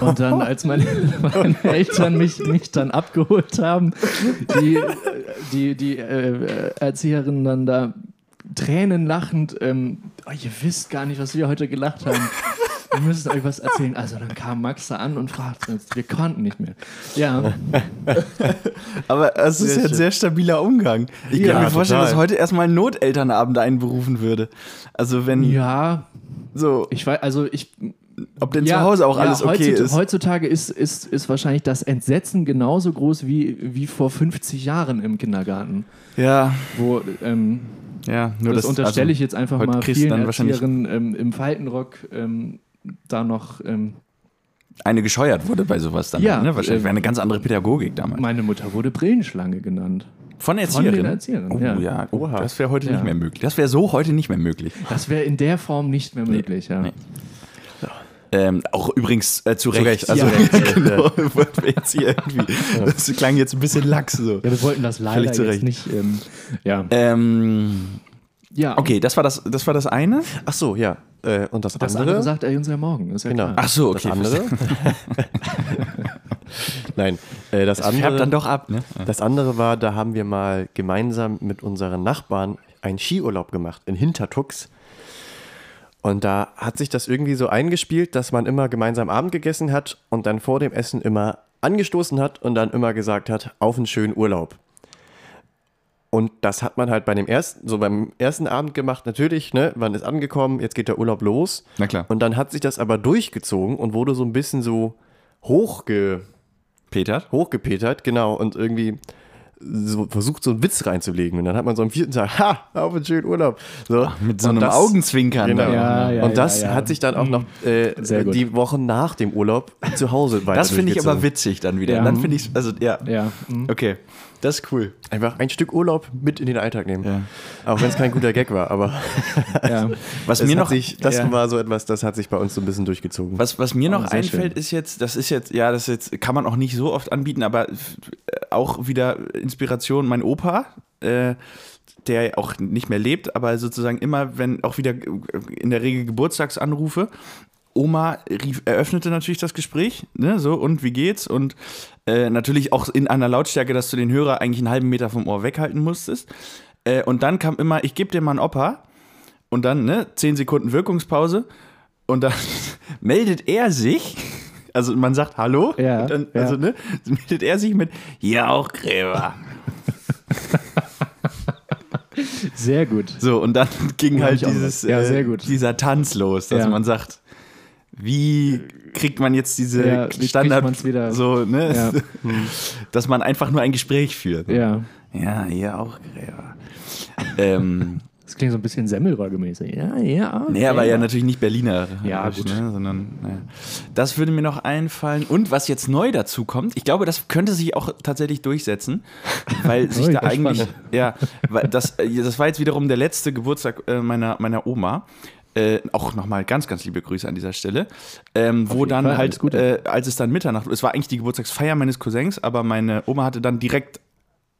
S2: Und dann, als meine, meine Eltern mich, mich dann abgeholt haben, die, die, die äh, Erzieherin dann da tränenlachend, ähm, oh, ihr wisst gar nicht, was wir heute gelacht haben. Wir müssen euch was erzählen. Also dann kam Max da an und fragte uns, wir konnten nicht mehr. Ja,
S1: Aber es ist
S3: Sehr
S1: ja ein
S3: schön.
S1: sehr stabiler Umgang. Ich
S3: Ja,
S1: kann mir vorstellen,
S3: total.
S1: dass heute erstmal ein Notelternabend einberufen würde. Also wenn
S2: ja,
S1: so.
S2: ich weiß, also ich
S1: Ob denn zu Hause auch alles okay
S2: heutzutage,
S1: ist.
S2: Heutzutage ist, ist, ist wahrscheinlich das Entsetzen genauso groß wie, wie vor 50 Jahren im Kindergarten.
S1: Ja,
S2: Wo, ähm,
S1: ja. Nur das
S2: das, unterstelle
S1: also,
S2: ich jetzt einfach
S1: heute
S2: mal
S1: kriegst du
S2: vielen
S1: dann wahrscheinlich-
S2: Erzieherinnen ähm, im Faltenrock ähm, da noch. Ähm,
S1: Eine gescheuert wurde bei sowas dann.
S2: Ja,
S1: ne? Wahrscheinlich
S2: äh,
S1: wäre eine ganz andere Pädagogik damals.
S2: meine Mutter wurde Brillenschlange genannt.
S1: Von
S2: Von
S1: Erzieherinnen.
S2: den Erzieherinnen.
S1: Oh
S2: ja.
S1: ja, Oh,
S3: Oha.
S1: das wäre heute
S2: Ja.
S1: nicht mehr möglich. Das wäre so heute nicht mehr möglich.
S2: Das wäre in der Form nicht mehr möglich, ja.
S1: nee. Ähm, auch übrigens äh, zu
S3: Zu
S1: Recht.
S3: Recht, also
S1: Also,
S3: Recht, äh,
S1: genau, wollten wir jetzt hier irgendwie. Das klang jetzt ein bisschen lax so.
S2: Ja, wir wollten das leider
S1: Völlig zu
S2: jetzt
S1: Recht.
S2: nicht. Ähm, ja.
S1: Ähm,
S2: ja,
S1: okay, das war das, das war das eine.
S3: Ach so, ja. Äh, und das,
S2: Das andere,
S3: andere?
S2: sagt er uns ja morgen. Ist ja
S3: Genau.
S2: klar.
S1: Ach so, okay.
S3: Das andere? Nein, äh, das,
S1: Das
S3: andere.
S1: färbt dann doch ab, ne?
S3: Das andere war, da haben wir mal gemeinsam mit unseren Nachbarn einen Skiurlaub gemacht in Hintertux. Und da hat sich das irgendwie so eingespielt, dass man immer gemeinsam Abend gegessen hat und dann vor dem Essen immer angestoßen hat und dann immer gesagt hat, auf einen schönen Urlaub. Und das hat man halt bei dem ersten, so beim ersten Abend gemacht, natürlich, ne, man ist angekommen, jetzt geht der Urlaub los.
S1: Na klar.
S3: Und dann hat sich das aber durchgezogen und wurde so ein bisschen so hochge
S1: Peter?
S3: hochgepetert, genau, und irgendwie so versucht, so einen Witz reinzulegen. Und dann hat man so am vierten Tag, ha, auf einen schönen Urlaub. So,
S1: Mit so
S3: Und
S1: einem
S3: das-
S1: Augenzwinkern. ne?
S3: Genau.
S1: dann.
S2: Ja, ja,
S3: und das
S2: ja, ja.
S3: hat sich dann auch noch äh,
S2: Sehr gut.
S3: die Wochen nach dem Urlaub zu Hause weiter
S1: Das finde ich aber
S3: durchgezogen.
S1: witzig dann wieder.
S2: Ja.
S1: Dann finde ich also ja.
S2: Ja. mhm.
S1: Okay, das ist cool.
S3: Einfach ein Stück Urlaub mit in den Alltag nehmen.
S1: Ja.
S3: Auch wenn es kein guter Gag war, aber
S2: ja.
S1: Was
S3: es
S1: mir
S3: hat
S1: noch
S3: sich, das
S1: ja.
S3: war so etwas, das hat sich bei uns so ein bisschen durchgezogen.
S1: was, was mir noch
S2: Oh, sehr
S1: einfällt,
S2: schön.
S1: ist jetzt, das ist jetzt, ja, das ist jetzt, kann man auch nicht so oft anbieten, aber f- äh, auch wieder Inspiration, mein Opa, äh, der auch nicht mehr lebt, aber sozusagen immer, wenn auch wieder äh, in der Regel Geburtstagsanrufe, Oma rief, eröffnete natürlich das Gespräch, ne, so, und wie geht's? Und äh, natürlich auch in einer Lautstärke, dass du den Hörer eigentlich einen halben Meter vom Ohr weghalten musstest. Äh, und dann kam immer, ich gebe dir mal ein Opa. Und dann, ne, 10 Sekunden Wirkungspause. Und dann meldet er sich, also man sagt Hallo.
S2: Ja,
S1: und dann,
S2: ja.
S1: Also, ne, meldet er sich mit, ja, auch Gräber.
S2: Sehr gut.
S1: So, und dann ging
S2: Ja,
S1: halt
S2: ich auch
S1: dieses,
S2: was. Ja,
S1: äh,
S2: sehr gut.
S1: dieser Tanz los, dass
S2: Ja.
S1: man sagt, wie kriegt man jetzt diese
S2: Ja, wie kriegt
S1: Standard,
S2: man's wieder?
S1: so, ne,
S2: Ja. Mhm.
S1: dass man einfach nur ein Gespräch führt.
S2: Ja.
S1: Ja, hier auch Gräber. ähm,
S2: Das klingt so ein bisschen Semmelröhrgemäßig. Ja, ja.
S1: nee, aber ja natürlich nicht Berliner.
S2: Ja, gut.
S1: Ne, sondern, naja. Das würde mir noch einfallen. Und was jetzt neu dazu kommt, ich glaube, das könnte sich auch tatsächlich durchsetzen, weil sich
S2: Ui,
S1: da
S2: das ist
S1: eigentlich,
S2: spannend.
S1: ja, weil das, äh, das war jetzt wiederum der letzte Geburtstag äh, meiner, meiner Oma. Äh, auch nochmal ganz, ganz liebe Grüße an dieser Stelle. Ähm, wo
S2: jeden
S1: dann
S2: Fall, alles
S1: halt, äh,
S2: Gute.
S1: als es dann Mitternacht, es war eigentlich die Geburtstagsfeier meines Cousins, aber meine Oma hatte dann direkt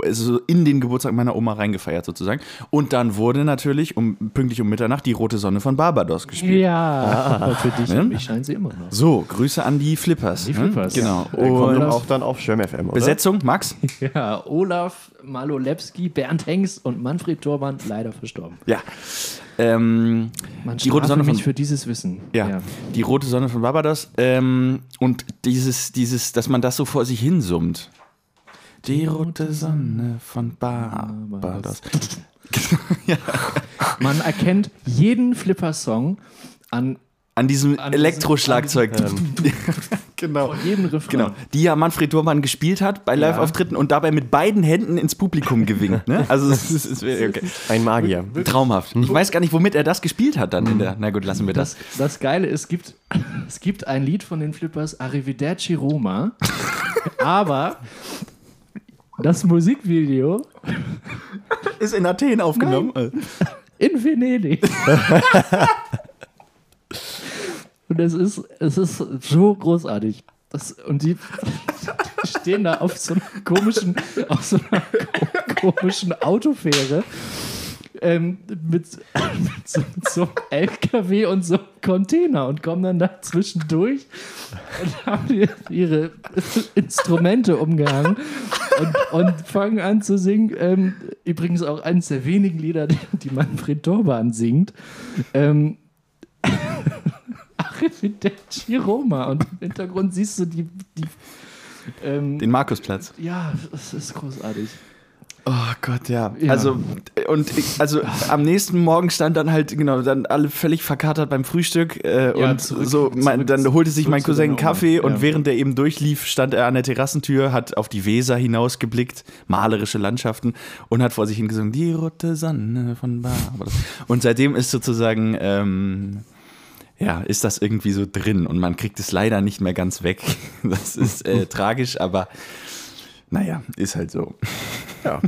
S1: also in den Geburtstag meiner Oma reingefeiert sozusagen. Und dann wurde natürlich um, pünktlich um Mitternacht die Rote Sonne von Barbados gespielt.
S2: Ja, aber für dich
S1: Ne?
S2: und mich scheint sie immer noch.
S1: So, Grüße an die Flippers.
S2: Die
S1: ne?
S2: Flippers.
S1: Genau.
S3: Äh, kommt
S1: Und
S3: auch dann auf Schirm FM, oder?
S1: Besetzung, Max?
S2: Ja, Olaf Malolewski, Bernd Hengst und Manfred Thormann leider verstorben.
S1: Ja. Ähm,
S2: Man
S1: Die rote
S2: strafe
S1: Sonne von-
S2: mich für dieses Wissen.
S1: ja. Die Rote Sonne von Barbados. Ähm, und dieses, dieses, dass man das so vor sich hinsummt. Die rote Sonne von Barbados.
S2: Man erkennt jeden Flipper-Song an
S1: An diesem
S2: An diesem-
S1: Elektroschlagzeug. genau.
S2: jedem Refrain.
S1: Genau, die ja Manfred Thurmann gespielt hat bei Live-Auftritten und dabei mit beiden Händen ins Publikum gewinkt. Ne? Also es ist, es ist okay.
S3: Ein Magier.
S1: traumhaft. Ich weiß gar nicht, womit er das gespielt hat dann in der. Na gut, lassen wir das.
S2: Das, das Geile ist, gibt, es gibt ein Lied von den Flippers, Arrivederci Roma, aber das Musikvideo
S1: Ist in Athen aufgenommen.
S2: in Venedig. und es ist, es ist so großartig. Das, und die, die stehen da auf so einer komischen, auf so einer ko- komischen Autofähre ähm, mit, mit, so, mit so einem LKW und so einem Container und kommen dann da zwischendurch und haben die, ihre Instrumente umgehangen und, und fangen an zu singen. Ähm, übrigens auch eines der wenigen Lieder, die, die Manfred Torban singt. Ähm, Arrivederci Roma. Und im Hintergrund siehst du die. die ähm,
S1: Den Markusplatz.
S2: ja, es ist großartig.
S1: Oh Gott, ja.
S2: Ja.
S1: Also, und ich, also am nächsten Morgen stand dann halt, genau, dann alle völlig verkatert beim Frühstück äh,
S2: Ja,
S1: und
S2: zurück-
S1: so, mein,
S2: zurück-
S1: dann holte sich
S2: zurück
S1: mein
S2: zu
S1: Cousin einen
S2: deiner Oma.
S1: Kaffee und
S2: Ja.
S1: während der eben durchlief, stand er an der Terrassentür, hat auf die Weser hinausgeblickt, malerische Landschaften und hat vor sich hingesungen, die rote Sonne von Barbados. Und seitdem ist sozusagen, ähm, ja, ist das irgendwie so drin und man kriegt es leider nicht mehr ganz weg. Das ist äh, tragisch, aber naja, ist halt so.
S3: Ja.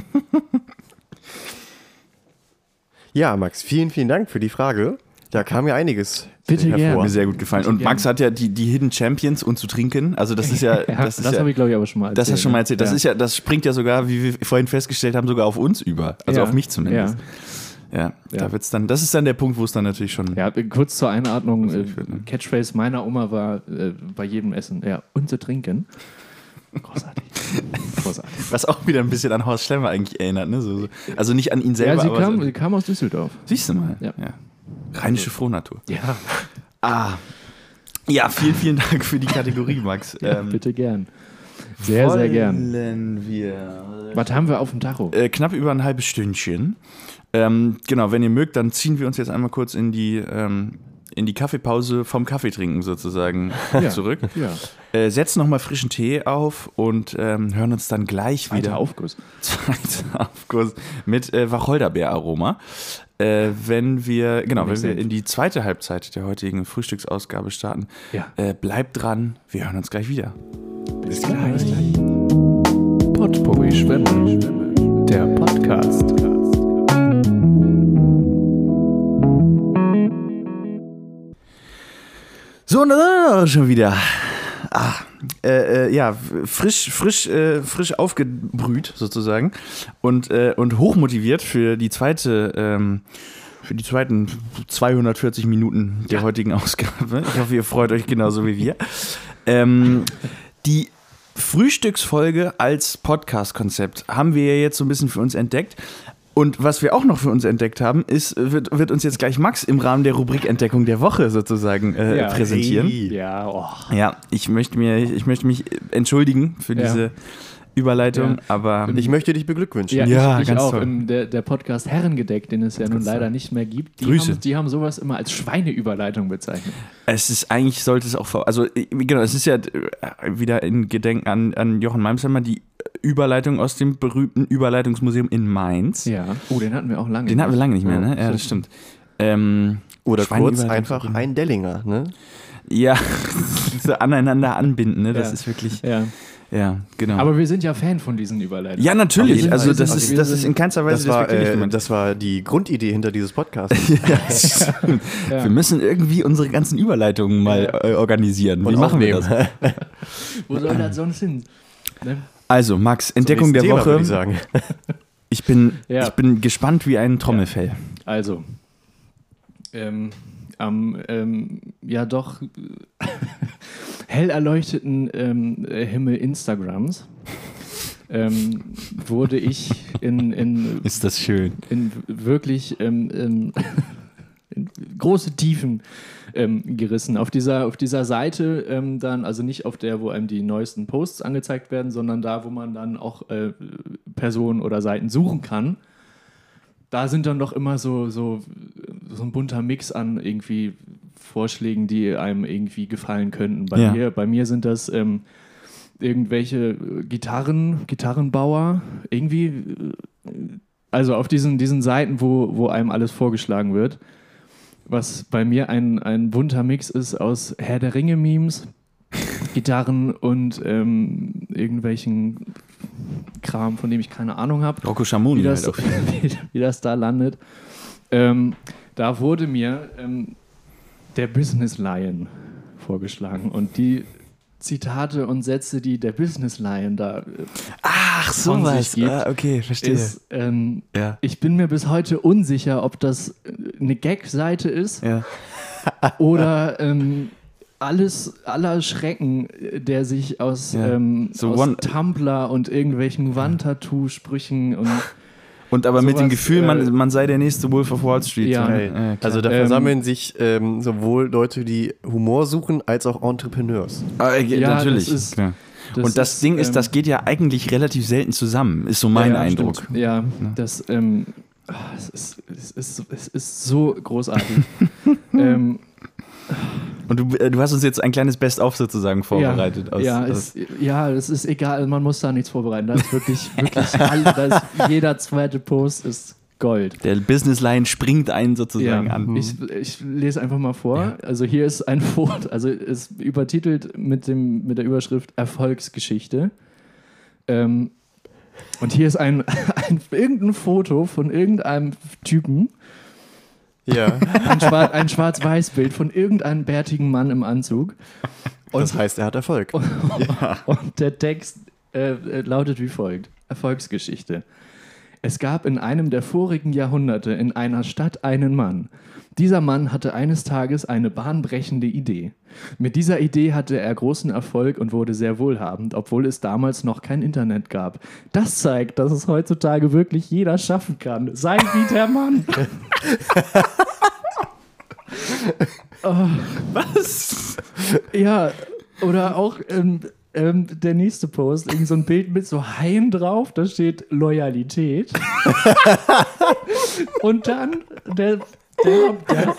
S3: ja, Max, vielen, vielen Dank für die Frage. Da kam ja einiges
S2: Bitte
S1: Hat
S3: hervor.
S1: mir sehr gut gefallen. Und Max hat ja die, die Hidden Champions und zu trinken. Also das ist ja,
S2: Ja,
S1: das
S2: das
S1: ist ja,
S2: habe ich, glaube ich, aber schon mal erzählt.
S1: das
S2: ne?
S1: hast du schon mal erzählt. Das
S2: ja.
S1: ist ja, das springt ja sogar, wie wir vorhin festgestellt haben, sogar auf uns über. Also
S2: Ja.
S1: auf mich zumindest. Ja. da
S2: Ja.
S1: wird's dann, das ist dann der Punkt, wo es dann natürlich schon.
S2: Ja, kurz zur Einordnung. Äh,
S1: ich ne? würde-
S2: Catchphrase meiner Oma war äh, bei jedem Essen, ja, und zu trinken. Großartig. Großartig.
S1: Was auch wieder ein bisschen an Horst Schlemmer eigentlich erinnert, ne? So, so. Also nicht an ihn
S2: Ja,
S1: selber,
S2: sie
S1: aber.
S2: kam,
S1: so,
S2: sie kam aus Düsseldorf.
S1: siehst du mal.
S2: Ja. Also.
S1: Rheinische Frohnatur.
S2: Ja,
S1: Ah. Ja, vielen, vielen Dank für die Kategorie, Max. Ähm,
S2: bitte gern. Sehr, sehr gern.
S1: Wollen wir
S2: Was haben wir auf dem Tacho?
S1: äh, knapp über ein halbes Stündchen. Ähm, genau, wenn ihr mögt, dann ziehen wir uns jetzt einmal kurz in die, ähm, in die Kaffeepause vom Kaffeetrinken sozusagen
S2: Ja.
S1: zurück.
S2: Ja,
S1: Äh, setzen nochmal frischen Tee auf und ähm, hören uns dann gleich
S2: wieder
S1: wieder
S2: Aufguss.
S1: Zweiter Aufguss mit äh, Wacholderbeer-Aroma. Äh, wenn wir, genau, wenn wir in die zweite Halbzeit der heutigen Frühstücksausgabe starten,
S2: Ja.
S1: äh, bleibt dran, wir hören uns gleich wieder.
S2: Bis
S1: gleich.
S4: Potpourri Schwemme, der Podcast.
S1: So, und da sind wir schon wieder. Ah, äh, äh, ja, f- frisch, frisch, äh, frisch aufgebrüht sozusagen und, äh, und hochmotiviert für die zweite, ähm, für die zweiten 240 Minuten der heutigen Ausgabe. Ich hoffe, ihr freut euch genauso wie wir. Ähm, die Frühstücksfolge als Podcast-Konzept haben wir ja jetzt so ein bisschen für uns entdeckt. Und was wir auch noch für uns entdeckt haben, ist, wird, wird uns jetzt gleich Max im Rahmen der Rubrik Entdeckung der Woche sozusagen äh,
S2: Ja.
S1: präsentieren.
S2: Ja, oh.
S1: Ja, ich möchte, mir, ich möchte mich entschuldigen für
S2: Ja.
S1: diese Überleitung,
S2: Ja.
S1: aber
S3: Ich möchte dich beglückwünschen.
S2: Ja,
S1: Ja,
S2: ich, ich
S1: ganz
S2: auch.
S1: toll.
S2: Im, der, der Podcast Herrengedeck, den es ja nun leider nicht mehr gibt, die,
S1: Grüße.
S2: Haben, die haben sowas immer als Schweineüberleitung bezeichnet.
S1: es ist eigentlich, sollte es auch, ver- also äh, genau, es ist ja äh, wieder in Gedenken an, an Jochen Malmsheimer die Überleitung aus dem berühmten Überleitungsmuseum in Mainz.
S2: Ja. Oh, den hatten wir auch lange.
S1: Den hatten wir lange nicht mehr, ne? Ja, das stimmt. Ähm,
S3: Oder
S1: Schweine
S3: kurz
S1: überall
S3: einfach ein Dellinger, ne?
S1: ja, so aneinander anbinden, ne? Das
S2: Ja.
S1: ist wirklich,
S2: Ja.
S1: ja, genau.
S2: Aber wir sind ja Fan von diesen Überleitungen.
S1: ja,
S2: Auf
S1: natürlich.
S2: jeden
S1: Also
S2: Fall
S1: das
S2: sind-
S1: ist,
S2: wir
S1: das ist in
S2: sind-
S1: keinster
S3: Das
S1: Weise
S3: war,
S1: despektierlich
S3: äh,
S1: gemeint.
S3: das war die Grundidee hinter dieses Podcasts.
S1: Wir müssen irgendwie unsere ganzen Überleitungen mal äh, organisieren. Wie machen wir das?
S2: Wo soll das sonst hin? Ne?
S1: Also, Max, Entdeckung der
S3: Thema,
S1: Woche. Ah,
S3: würde ich sagen.
S1: Ich bin,
S2: Ja.
S1: ich bin gespannt wie ein Trommelfell.
S2: Also, ähm, am ähm, ja doch äh, hell erleuchteten ähm, äh, Himmel Instagrams ähm, wurde ich in, in,
S1: Ist das schön.
S2: in wirklich ähm, ähm, in große Tiefen ähm, gerissen. Auf dieser, auf dieser Seite ähm, dann, also nicht auf der, wo einem die neuesten Posts angezeigt werden, sondern da, wo man dann auch äh, Personen oder Seiten suchen kann. Da sind dann doch immer so, so, so ein bunter Mix an irgendwie Vorschlägen, die einem irgendwie gefallen könnten. Bei,
S1: Ja.
S2: mir, bei mir sind das ähm, irgendwelche äh, Gitarren, Gitarrenbauer, irgendwie, äh, also auf diesen, diesen Seiten, wo, wo einem alles vorgeschlagen wird was bei mir ein, ein bunter Mix ist aus Herr der Ringe-Memes, Gitarren und ähm, irgendwelchen Kram, von dem ich keine Ahnung habe,
S1: Rocco
S2: wie,
S1: Schamoni.
S2: das-
S1: halt auch.
S2: wie, wie das da landet. Ähm, da wurde mir ähm, der Business Lion vorgeschlagen und die Zitate und Sätze, die der Business Lion da äh,
S1: Ach, sowas.
S2: gibt,
S1: Ah, okay, verstehe.
S2: ist, ähm,
S1: ja.
S2: ich bin mir bis heute unsicher, ob das äh, eine Gag-Seite ist
S1: Ja.
S2: Oder ähm, alles aller Schrecken, äh, der sich aus,
S1: Ja.
S2: ähm,
S1: So
S2: aus
S1: one-
S2: Tumblr und irgendwelchen Wandtattoo-Sprüchen und
S1: Und aber mit dem
S2: Sowas,
S1: Gefühl,
S2: äh,
S1: man, man sei der nächste Wolf of Wall Street.
S2: Ja.
S1: Äh, klar.
S3: Also da
S2: Ähm,
S3: versammeln sich ähm, sowohl Leute, die Humor suchen, als auch Entrepreneurs.
S1: Ah, äh,
S2: Ja,
S1: natürlich.
S2: das ist-
S1: klar.
S2: Das
S1: und das
S2: ist,
S1: Ding ist,
S2: ähm,
S1: das geht ja eigentlich relativ selten zusammen, ist so mein
S2: ja,
S1: Eindruck.
S2: Stimmt. Ja, das ähm, ah, es ist, es ist, es ist so großartig. ähm,
S1: Und du, äh, du hast uns jetzt ein kleines Best-of sozusagen vorbereitet.
S2: Ja, ja, es, ja, es ist egal, also man muss da nichts vorbereiten. Da ist wirklich, wirklich alle, da ist, jeder zweite Post ist Gold.
S1: der Business Line springt einen sozusagen
S2: Ja,
S1: an.
S2: ich, ich lese einfach mal vor. Also hier ist ein Foto, also ist übertitelt mit, dem, mit der Überschrift Erfolgsgeschichte. Ähm, und hier ist ein, ein irgendein Foto von irgendeinem Typen,
S3: Ja,
S2: ein, Schwar ein Schwarz-Weiß-Bild von irgendeinem bärtigen Mann im Anzug.
S3: das heißt, er hat Erfolg.
S2: Und der Text äh, äh, lautet wie folgt: Erfolgsgeschichte. Es gab in einem der vorigen Jahrhunderte in einer Stadt einen Mann. Dieser Mann hatte eines Tages eine bahnbrechende Idee. Mit dieser Idee hatte er großen Erfolg und wurde sehr wohlhabend, obwohl es damals noch kein Internet gab. Das zeigt, dass es heutzutage wirklich jeder schaffen kann. Sei wie der Mann.
S1: Was?
S2: Ja, oder auch ähm, ähm, der nächste Post, irgend so ein Bild mit so Haien drauf, da steht Loyalität. Und dann der, der, der,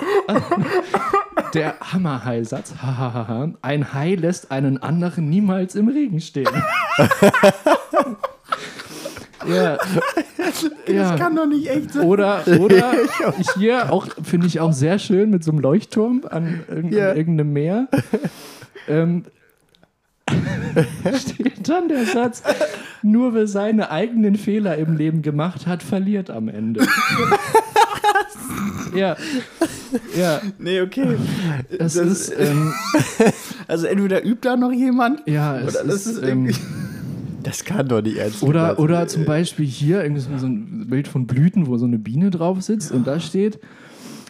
S2: der Hammerhai-Satz, hahaha, ein Hai lässt einen anderen niemals im Regen stehen. ja. ja.
S1: doch nicht echt sein.
S2: Oder, oder hier auch finde ich auch sehr schön mit so einem Leuchtturm an, irgend,
S3: Ja.
S2: an irgendeinem Meer. ähm, steht dann der Satz: Nur wer seine eigenen Fehler im Leben gemacht hat, verliert am Ende. ja, ja,
S1: Nee, okay.
S2: das,
S1: Das-
S2: ist ähm,
S1: Also entweder übt da noch jemand.
S2: ja, es
S1: Oder das
S2: ist,
S1: ist
S2: ähm,
S1: irgendwie-
S3: Das kann doch nicht ernst gemeint
S2: Oder,
S3: sein.
S2: oder
S1: äh,
S2: zum Beispiel hier irgendwie so so ein Bild von Blüten, wo so eine Biene drauf sitzt und da steht: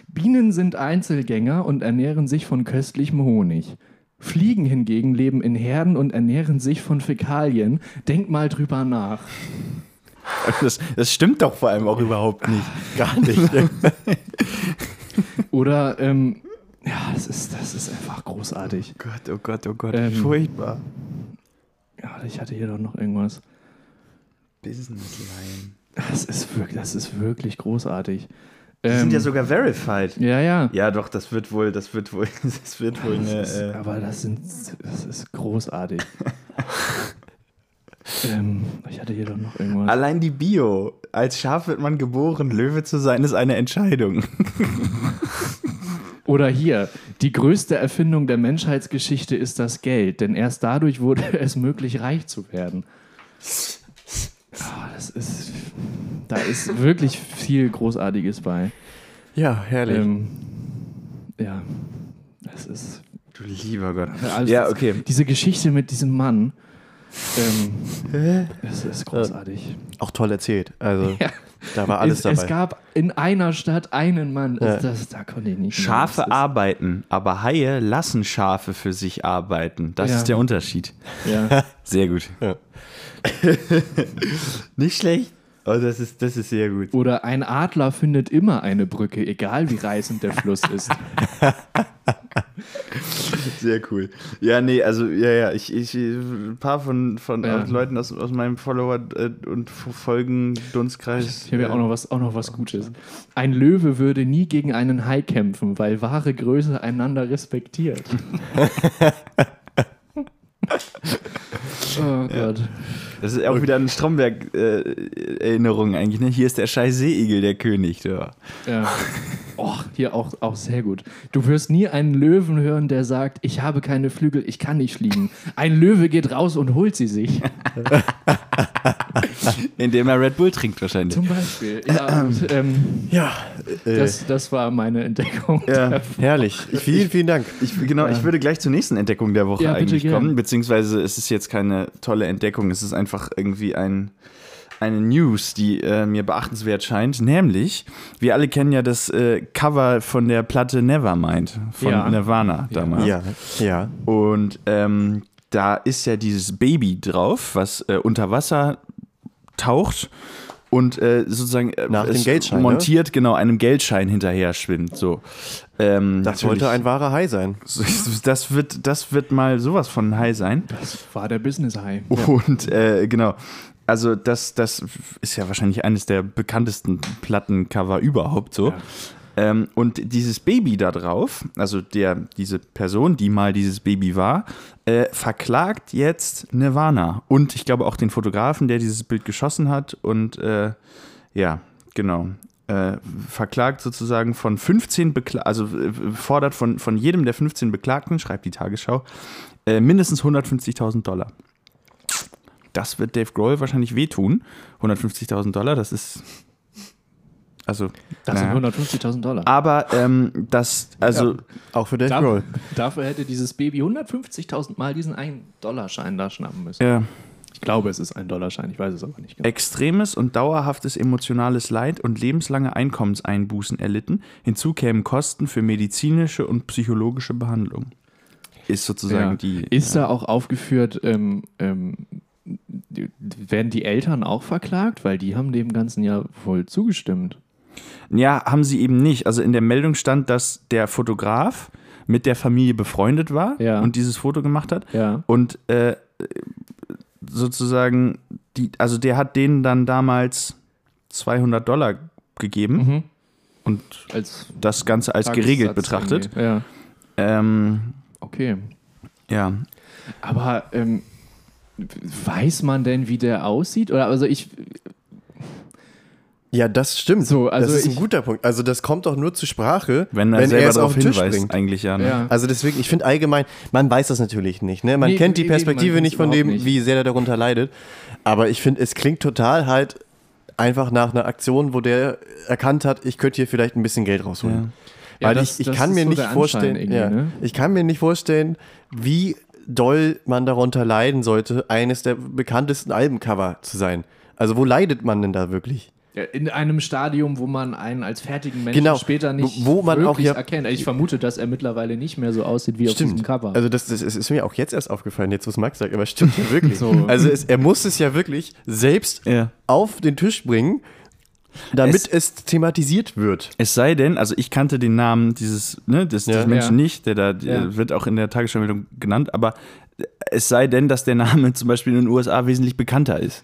S2: Bienen sind Einzelgänger und ernähren sich von köstlichem Honig. Fliegen hingegen leben in Herden und ernähren sich von Fäkalien. Denk mal drüber nach.
S1: Das, das stimmt doch vor allem auch überhaupt nicht. Gar nicht. Oh
S2: Oder, ähm, ja, das ist, das ist einfach großartig.
S1: Gott, oh Gott, oh Gott.
S2: Ähm.
S1: Furchtbar.
S2: Ja, ich hatte hier doch noch irgendwas.
S1: Business Line.
S2: Das ist wirklich, das ist wirklich großartig.
S1: Die sind
S2: Ähm,
S1: ja sogar verified.
S2: Ja, ja.
S1: Ja, doch, das wird wohl, das wird wohl, das wird wohl eine.
S2: Also, Das ist,
S1: äh,
S2: aber das, sind, das ist großartig. ähm, ich hatte hier doch noch irgendwas.
S1: Allein die Bio. Als Schaf wird man geboren, Löwe zu sein, ist eine Entscheidung.
S2: Oder hier, die größte Erfindung der Menschheitsgeschichte ist das Geld, denn erst dadurch wurde es möglich, reich zu werden. Ah, das ist, da ist wirklich viel Großartiges bei.
S3: Ja, herrlich.
S2: Ähm, ja, es ist
S1: Du lieber Gott.
S2: alles-
S1: ja, okay.
S2: diese Geschichte mit diesem Mann. Ähm, es ist großartig.
S3: Auch toll erzählt. Also,
S2: Ja.
S3: da war alles
S2: es,
S3: dabei.
S2: es gab in einer Stadt einen Mann.
S3: Ja.
S2: Ist das, da konnte ich nicht. mehr.
S1: Schafe
S2: Das
S1: arbeiten, aber Haie lassen Schafe für sich arbeiten. Das
S2: Ja.
S1: ist der Unterschied.
S2: ist- Ja.
S1: Sehr gut.
S3: Ja.
S1: Nicht schlecht. Oh, das ist, das ist sehr gut.
S2: Oder ein Adler findet immer eine Brücke, egal wie reißend der Fluss ist.
S1: Sehr cool. Ja, nee, also, ja, ja, ich, ich ein paar von, von
S2: Ja.
S1: aus Leuten aus, aus meinem Follower- äh, und Folgen-Dunstkreis.
S2: Ich habe ja auch noch was, auch noch was Gutes. Ein Löwe würde nie gegen einen Hai kämpfen, weil wahre Größe einander respektiert. oh Gott.
S1: Das ist auch wieder eine Stromberg-Erinnerung eigentlich. Ne? Hier ist der scheiß Seeigel der König. Ja.
S2: Ja. Och, hier auch, auch sehr gut. Du wirst nie einen Löwen hören, der sagt, ich habe keine Flügel, ich kann nicht fliegen. Ein Löwe geht raus und holt sie sich.
S1: Indem er Red Bull trinkt wahrscheinlich.
S2: Zum Beispiel. Ja, und, ähm,
S3: ja, äh,
S2: das, das war meine Entdeckung.
S1: Ja,
S3: herrlich. Vielen, vielen Dank.
S1: ich, genau, ich würde gleich zur nächsten Entdeckung der Woche
S2: Ja, bitte
S1: eigentlich
S2: gern.
S1: kommen. Beziehungsweise es ist jetzt keine tolle Entdeckung, es ist einfach irgendwie ein, eine News, die äh, mir beachtenswert scheint. Nämlich, wir alle kennen ja das äh, Cover von der Platte Nevermind von
S2: Ja.
S1: Nirvana damals.
S3: Ja, ja.
S1: Und ähm, da ist ja dieses Baby drauf, was äh, unter Wasser taucht und äh, sozusagen äh,
S3: Nach dem
S1: es
S3: Geldschein, ne?
S1: montiert, genau, einem Geldschein hinterher schwimmt. So. Ähm,
S3: Das
S1: natürlich.
S3: sollte ein wahrer High sein.
S1: das wird, das wird mal sowas von high sein.
S2: Das war der Business High.
S1: Und äh, genau. Also das, das ist ja wahrscheinlich eines der bekanntesten Plattencover überhaupt so.
S2: Ja.
S1: Ähm, und dieses Baby da drauf, also der, diese Person, die mal dieses Baby war, äh, verklagt jetzt Nirvana. Und ich glaube auch den Fotografen, der dieses Bild geschossen hat. Und äh, ja, genau. Äh, verklagt sozusagen von 15 Bekla also äh, fordert von, von jedem der 15 Beklagten, schreibt die Tagesschau, äh, mindestens 150.000 Dollar. Das wird Dave Grohl wahrscheinlich wehtun. 150.000 Dollar, das ist. Also.
S2: Das
S1: naja.
S2: sind 150.000 Dollar.
S1: Aber ähm, das, also,
S3: Auch für Dave
S2: Dafür,
S3: Grohl.
S2: dafür hätte dieses Baby 150.000 Mal diesen 1-Dollar-Schein da schnappen müssen.
S1: äh,
S2: Ich glaube, es ist ein Dollarschein, ich weiß es aber nicht genau.
S1: extremes und dauerhaftes emotionales Leid und lebenslange Einkommenseinbußen erlitten. Hinzu kämen Kosten für medizinische und psychologische Behandlung. Ist sozusagen
S2: Ja.
S1: die.
S2: Ist da auch aufgeführt, ähm, ähm, die- werden die Eltern auch verklagt? Weil die haben dem Ganzen ja voll zugestimmt.
S1: Ja, haben sie eben nicht. Also in der Meldung stand, dass der Fotograf mit der Familie befreundet war
S2: Ja.
S1: und dieses Foto gemacht hat.
S2: Ja.
S1: Und äh, sozusagen, die, also der hat denen dann damals 200 Dollar gegeben
S2: Mhm.
S1: und
S2: Als
S1: das Ganze als geregelt
S2: Tagessatz
S1: betrachtet.
S2: irgendwie. Ja,
S1: Ähm,
S2: okay.
S1: ja,
S2: Aber ähm, weiß man denn, wie der aussieht? Oder also ich,
S3: Ja, das stimmt.
S2: So, also
S3: das ist ein
S2: ich-
S3: guter Punkt. Also das kommt doch nur zu Sprache,
S1: wenn er selber
S3: es
S1: darauf
S3: auf den Tisch
S1: hinweist,
S3: bringt.
S1: eigentlich ja. Ne?
S2: ja.
S3: Also deswegen, ich finde allgemein, man weiß das natürlich nicht. Ne? Man
S2: Nee,
S3: kennt die
S2: eben, man
S3: Perspektive
S2: kennt's
S3: nicht von dem,
S2: überhaupt nicht.
S3: wie sehr der darunter leidet. Aber ich finde, es klingt total halt einfach nach einer Aktion, wo der erkannt hat, ich könnte hier vielleicht ein bisschen Geld rausholen.
S1: Ja.
S2: Ja,
S3: Weil
S2: das-
S3: ich,
S2: das
S3: ich kann
S2: ist
S3: mir
S2: so
S3: nicht
S2: der Anschein
S3: vorstellen,
S2: irgendwie,
S3: ja,
S2: ne?
S3: ich kann mir nicht vorstellen, wie doll man darunter leiden sollte, eines der bekanntesten Albencover zu sein. Also wo leidet man denn da wirklich?
S2: Ja, In einem Stadium, wo man einen als fertigen Menschen
S3: Genau.
S2: später nicht
S3: Wo man auch
S2: wirklich
S3: ja-
S2: erkennt. Ich vermute, dass er mittlerweile nicht mehr so aussieht wie auf diesem Cover.
S3: Also das, das ist ist mir auch jetzt erst aufgefallen, jetzt was Max sagt, aber stimmt ja wirklich.
S2: So.
S3: Also es, er muss es ja wirklich selbst
S1: Ja.
S3: auf den Tisch bringen, damit es, thematisiert wird.
S1: Es sei denn, also ich kannte den Namen dieses, ne, des,
S3: Ja.
S1: des Menschen
S2: Ja.
S1: nicht, der da
S2: Ja.
S1: wird auch in der Tagesschau-Meldung genannt, aber es sei denn, dass der Name zum Beispiel in den USA wesentlich bekannter ist.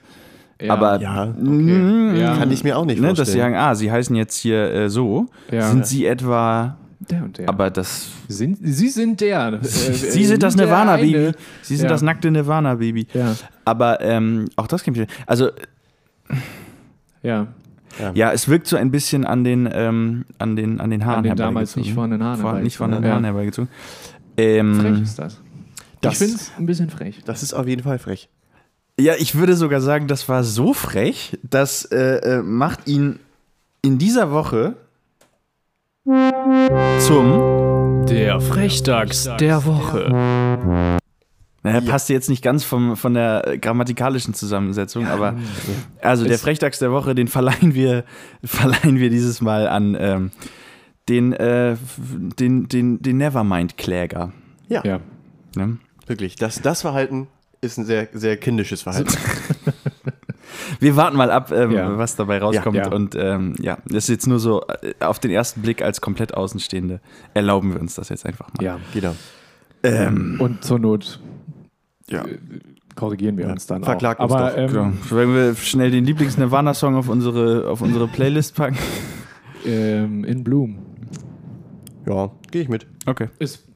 S2: Ja.
S1: aber
S3: Ja,
S1: mm,
S2: Ja.
S3: Kann ich mir auch nicht
S1: ne,
S3: vorstellen.
S1: dass sie sagen, ah, sie heißen jetzt hier äh, so,
S2: Ja.
S1: sind sie etwa,
S2: der und der.
S1: aber das,
S2: sind, sie sind der. äh,
S1: sie
S2: äh,
S1: sind das
S2: der eine.
S1: Nirvana-Baby, sie sind
S2: Ja.
S1: das nackte Nirvana-Baby.
S2: Ja,
S1: Aber ähm, auch das kann ich, also
S2: ja.
S1: Ja, es wirkt so ein bisschen an den, ähm, an den, an den Haaren
S2: An den
S1: herbeigezogen.
S2: damals nicht vorhandenen Haaren
S1: Vor, nicht vorhandenen
S2: herbeigezogen,
S1: Haaren
S2: ja.
S1: herbeigezogen.
S2: Frech
S1: Ähm,
S2: ist das.
S3: das-
S2: ich finde es ein bisschen frech.
S3: das ist auf jeden Fall frech.
S1: ja, ich würde sogar sagen, das war so frech, das äh, äh, macht ihn in dieser Woche zum.
S4: Der Frechdachs der Woche.
S1: Naja, passt jetzt nicht ganz vom, von der äh, grammatikalischen Zusammensetzung, aber also der Frechdachs der Woche, den verleihen wir, verleihen wir dieses Mal an ähm, den, äh, f- den, den, den Nevermind-Kläger.
S2: Ja.
S1: Ne?
S3: Wirklich, das, das Verhalten ist ein sehr, sehr kindisches Verhalten.
S1: Wir warten mal ab, ähm,
S2: Ja.
S1: was dabei rauskommt.
S2: Ja, ja.
S1: Und ähm, ja, das ist jetzt nur so äh, auf den ersten Blick als komplett Außenstehende. Erlauben wir uns das jetzt einfach mal.
S2: ja.
S3: Genau.
S1: Ähm,
S2: Und zur Not
S1: ja.
S2: äh, korrigieren wir
S3: Ja.
S2: uns dann
S3: Verklagt
S2: auch.
S3: uns
S2: Aber
S3: doch.
S2: ähm,
S1: Genau. Wenn wir schnell den Lieblings-Nirvana-Song auf unsere, auf unsere Playlist packen.
S2: ähm, in Bloom.
S3: Ja, gehe ich mit.
S1: Okay.
S2: Ist,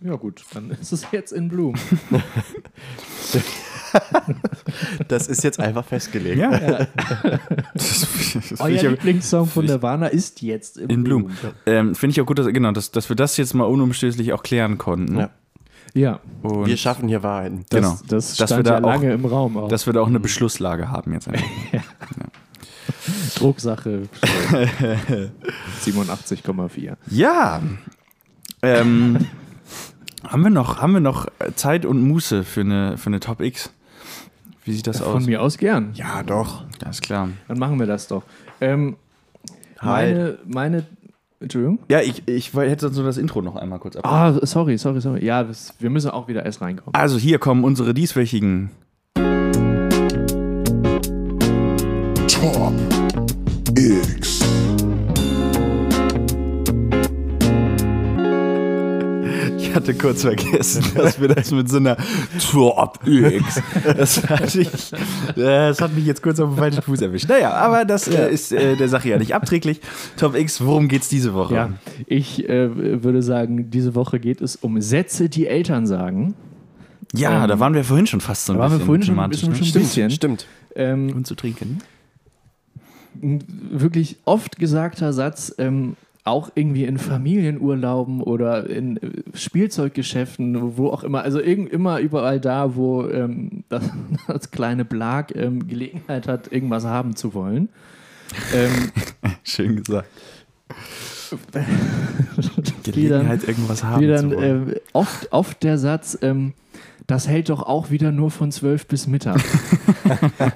S2: ja gut, dann ist es jetzt in Bloom.
S3: Das ist jetzt einfach festgelegt.
S1: Ja.
S2: Euer Lieblingssong von Nirvana ist jetzt in,
S1: In Bloom.
S2: Bloom.
S1: Ähm, Finde ich auch gut, dass, genau, dass, dass wir das jetzt mal unumstößlich auch klären konnten.
S3: Ja.
S2: Ja,
S1: Und
S3: Wir schaffen hier Wahrheiten.
S2: das,
S1: Genau.
S2: das
S1: Dass wir
S2: stand
S1: da
S2: ja
S1: auch-
S2: lange im Raum. Auch.
S1: dass wir da auch eine Beschlusslage haben jetzt. Einfach.
S2: Drucksache 87,4.
S1: Ja. Ähm, haben wir noch, haben wir noch Zeit und Muße für eine, für eine Top X? Wie sieht das
S2: Von
S1: aus?
S2: mir aus gern.
S3: Ja, doch.
S1: Alles klar.
S2: Dann machen wir das doch. Ähm, meine,
S3: Halt.
S2: meine, Entschuldigung.
S1: Ja, ich, ich woll- hätte sonst nur das Intro noch einmal kurz ab.
S2: Ah, sorry, sorry, sorry. Ja, das, wir müssen auch wieder erst reinkommen.
S1: Also hier kommen unsere dieswöchigen
S5: Top
S1: hatte kurz vergessen, dass wir das mit so einer Top X. Das, hatte ich, das hat mich jetzt kurz auf den falschen Fuß erwischt. Naja, aber das äh, ist äh, der Sache ja nicht abträglich. Top X, worum geht's diese Woche?
S2: Ja, ich äh, würde sagen, diese Woche geht es um Sätze, die Eltern sagen.
S1: Ja, da waren wir vorhin schon fast so ein
S2: Ähm, Da waren wir
S1: bisschen.
S2: vorhin schon ein
S1: thematisch,
S2: bisschen-
S1: ne?
S2: schon ein bisschen.
S3: Stimmt.
S2: Ähm,
S1: Und zu trinken.
S2: ein wirklich oft gesagter Satz, ähm, auch irgendwie in Familienurlauben oder in äh, Spielzeuggeschäften, wo auch immer, also irgend, immer überall da, wo ähm, das, das kleine Blag ähm, Gelegenheit hat, irgendwas haben zu wollen. Ähm,
S1: Schön gesagt.
S2: die dann-
S1: Gelegenheit, irgendwas haben
S2: wie
S1: zu
S2: dann
S1: wollen.
S2: äh, oft, oft der Satz, ähm, das hält doch auch wieder nur von 12 bis Mittag.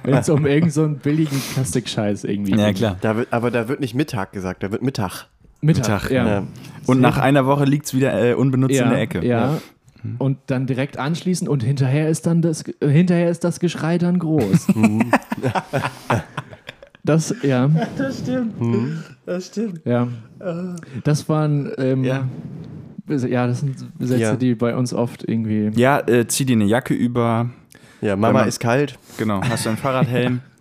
S2: Wenn es um irgendeinen so einen billigen Plastikscheiß irgendwie
S1: ja,
S2: ging.
S1: klar.
S3: Da wird, aber da wird nicht Mittag gesagt, da wird Mittag. ne?
S2: Mittag,
S1: Mittag,
S2: ja.
S3: Ja.
S1: Und nach einer Woche liegt es wieder äh, unbenutzt
S2: ja,
S1: in der Ecke.
S2: Ja. Mhm. Und dann direkt anschließen und hinterher ist dann das, äh, hinterher ist das Geschrei dann groß. das, ja,
S1: das stimmt. Äh.
S2: ja. Das waren, ähm,
S1: Ja.
S2: ja. das sind Sätze,
S3: Ja.
S2: die bei uns oft irgendwie.
S1: Ja, äh, zieh dir eine Jacke über.
S3: Ja, Mama
S1: man-
S3: ist kalt.
S1: Genau, hast du einen Fahrradhelm. Wenn,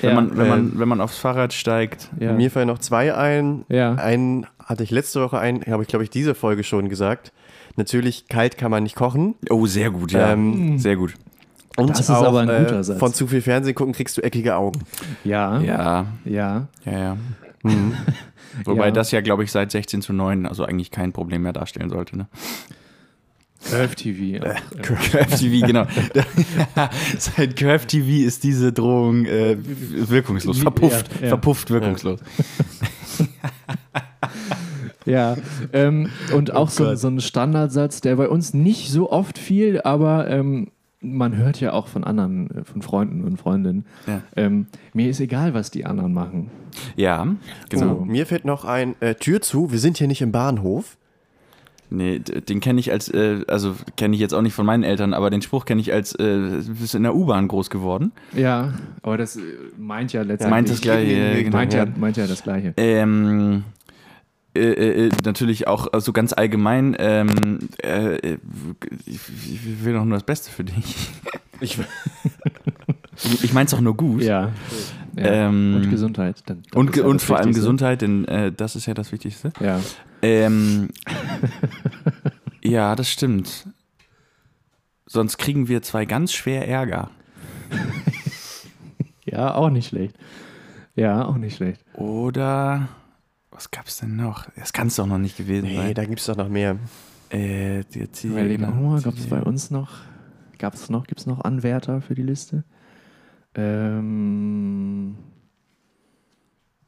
S2: Ja. Ähm.
S1: man, wenn,
S3: äh,
S1: man, wenn man aufs Fahrrad steigt.
S2: Ja.
S3: Mir fallen noch zwei ein.
S2: Ja.
S3: Einen hatte ich letzte Woche ein, habe ich glaube ich diese Folge schon gesagt. Natürlich, kalt kann man nicht kochen.
S1: Oh, sehr gut, ja.
S3: Ähm,
S1: sehr gut.
S3: Und äh,
S2: Das ist aber ein guter Satz.
S3: Von zu viel Fernsehen gucken kriegst du eckige Augen.
S2: ja, ja,
S1: Ja,
S2: ja.
S1: ja, ja.
S2: Genau.
S1: Wobei
S2: Ja.
S1: das ja, glaube ich, seit 16 zu 9 also eigentlich kein Problem mehr darstellen sollte. Ne?
S2: Curve TV. auch.
S1: Craft TV, genau. seit Craft TV ist diese Drohung äh, wirkungslos,
S2: Ja,
S1: verpufft,
S2: ja.
S1: verpufft wirkungslos.
S2: Ja, ähm, und auch so,
S1: Oh Gott.
S2: so ein Standardsatz, der bei uns nicht so oft fiel, aber ähm, man hört ja auch von anderen, äh, von Freunden und Freundinnen.
S1: Ja.
S2: Ähm, mir ist egal, was die anderen machen.
S1: Ja, genau.
S3: Oh, mir fällt noch ein äh, Tür zu. Wir sind hier nicht im Bahnhof.
S1: Nee, d- den kenne ich als, äh, also kenne ich jetzt auch nicht von meinen Eltern, aber den Spruch kenne ich als, äh, bist in der U-Bahn groß geworden.
S2: Ja, aber das äh, meint ja letztendlich.
S1: Meint das Gleiche, ja,
S2: Meint
S1: genau.
S2: ja, meint ja das Gleiche.
S1: Ähm, äh, äh, natürlich auch so also ganz allgemein, ähm, äh, äh, ich, ich will doch nur das Beste für dich.
S3: Ich,
S1: Ich meine es auch nur gut.
S2: Ja. ja.
S1: Ähm,
S2: und Gesundheit. Dann, das
S1: Und,
S2: ist
S1: ge-
S2: ja
S1: und
S2: das
S1: vor allem
S2: Wichtigste.
S1: Gesundheit, denn äh, das ist ja das Wichtigste.
S2: Ja.
S1: Ähm, ja, das stimmt. Sonst kriegen wir zwei ganz schwer Ärger.
S2: ja, auch nicht schlecht. Ja, auch nicht schlecht.
S1: Oder was gab's denn noch? Das kann es doch noch nicht gewesen
S3: nee,
S1: sein.
S3: da gibt es doch noch mehr.
S1: Äh, die, die,
S2: Überlegen wir
S1: genau,
S2: nochmal, gab es bei uns noch, gab's noch, gibt es noch Anwärter für die Liste? Ähm,